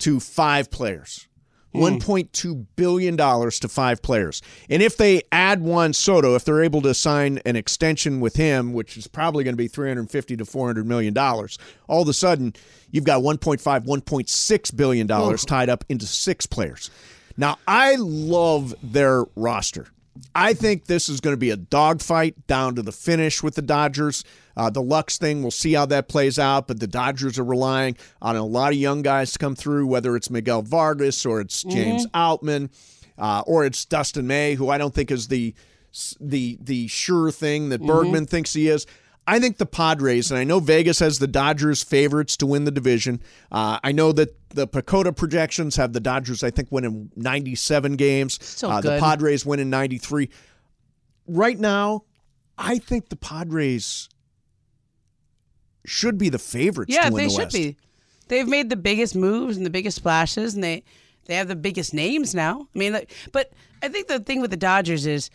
Speaker 2: to five players. $1.2 billion to five players. And if they add Juan Soto, if they're able to sign an extension with him, which is probably going to be 350 to $400 million, dollars, all of a sudden you've got $1.5, $1.6 billion dollars tied up into six players. Now, I love their roster. I think this is going to be a dogfight down to the finish with the Dodgers. Uh, the Lux thing, we'll see how that plays out, but the Dodgers are relying on a lot of young guys to come through, whether it's Miguel Vargas or it's James
Speaker 10: Mhm.
Speaker 2: Outman uh, or it's Dustin May, who I don't think is the the the sure thing that Bergman thinks he is. I think the Padres, and I know Vegas has the Dodgers favorites to win the division. Uh, I know that the Pacoda projections have the Dodgers, I think, winning 97 games.
Speaker 10: Still
Speaker 2: uh, The
Speaker 10: good.
Speaker 2: Padres win in 93. Right now, I think the Padres should be the favorites
Speaker 3: Yeah,
Speaker 2: to win
Speaker 3: they
Speaker 2: the
Speaker 3: should
Speaker 2: West.
Speaker 3: be. They've made the biggest moves and the biggest splashes, and they They have the biggest names now. I mean, like, but I think the thing with the Dodgers is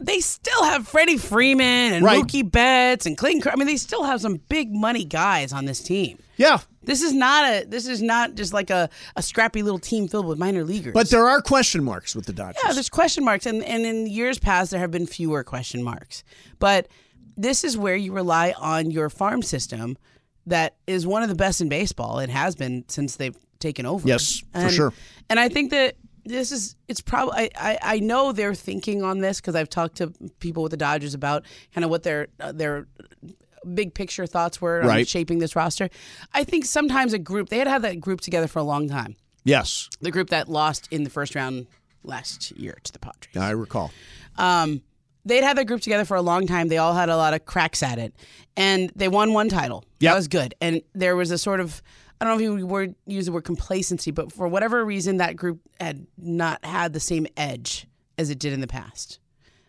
Speaker 3: they still have Freddie Freeman and
Speaker 2: Right.
Speaker 3: Mookie Betts and Clayton. Kershaw. I mean, they still have some big money guys on this team.
Speaker 2: Yeah.
Speaker 3: This is not a. This is not just like a, a scrappy little team filled with minor leaguers.
Speaker 2: But there are question marks with the Dodgers.
Speaker 3: Yeah, there's question marks, and and in years past there have been fewer question marks. But this is where you rely on your farm system, that is one of the best in baseball. It has been since they've taken over.
Speaker 2: Yes, for
Speaker 3: And-
Speaker 2: sure.
Speaker 3: And I think that this is it's probably I, I I know they're thinking on this because I've talked to people with the Dodgers about kind of what their uh, their big picture thoughts were on
Speaker 2: Right.
Speaker 3: shaping this roster. I think sometimes a group they had had that group together for a long time
Speaker 2: Yes.
Speaker 3: the group that lost in the first round last year to the Padres.
Speaker 2: I recall.
Speaker 3: Um, they'd had their group together for a long time. They all had a lot of cracks at it, and they won one title.
Speaker 2: Yep.
Speaker 3: That was good. And there was a sort of I don't know if you would use the word complacency, but for whatever reason, that group had not had the same edge as it did in the past.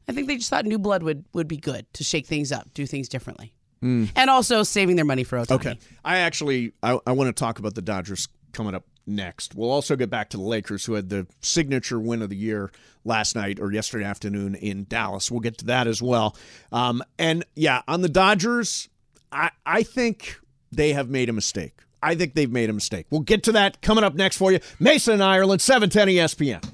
Speaker 3: I think they just thought new blood would would be good to shake things up, do things differently, and also saving their money for Otani.
Speaker 2: Hmm. Okay. I actually I, I want to talk about the Dodgers coming up next. We'll also get back to the Lakers who had the signature win of the year last night or yesterday afternoon in Dallas. We'll get to that as well. Um, and yeah, on the Dodgers, I I think they have made a mistake. I think they've made a mistake. We'll get to that coming up next for you. Mason in Ireland, 710 ESPN.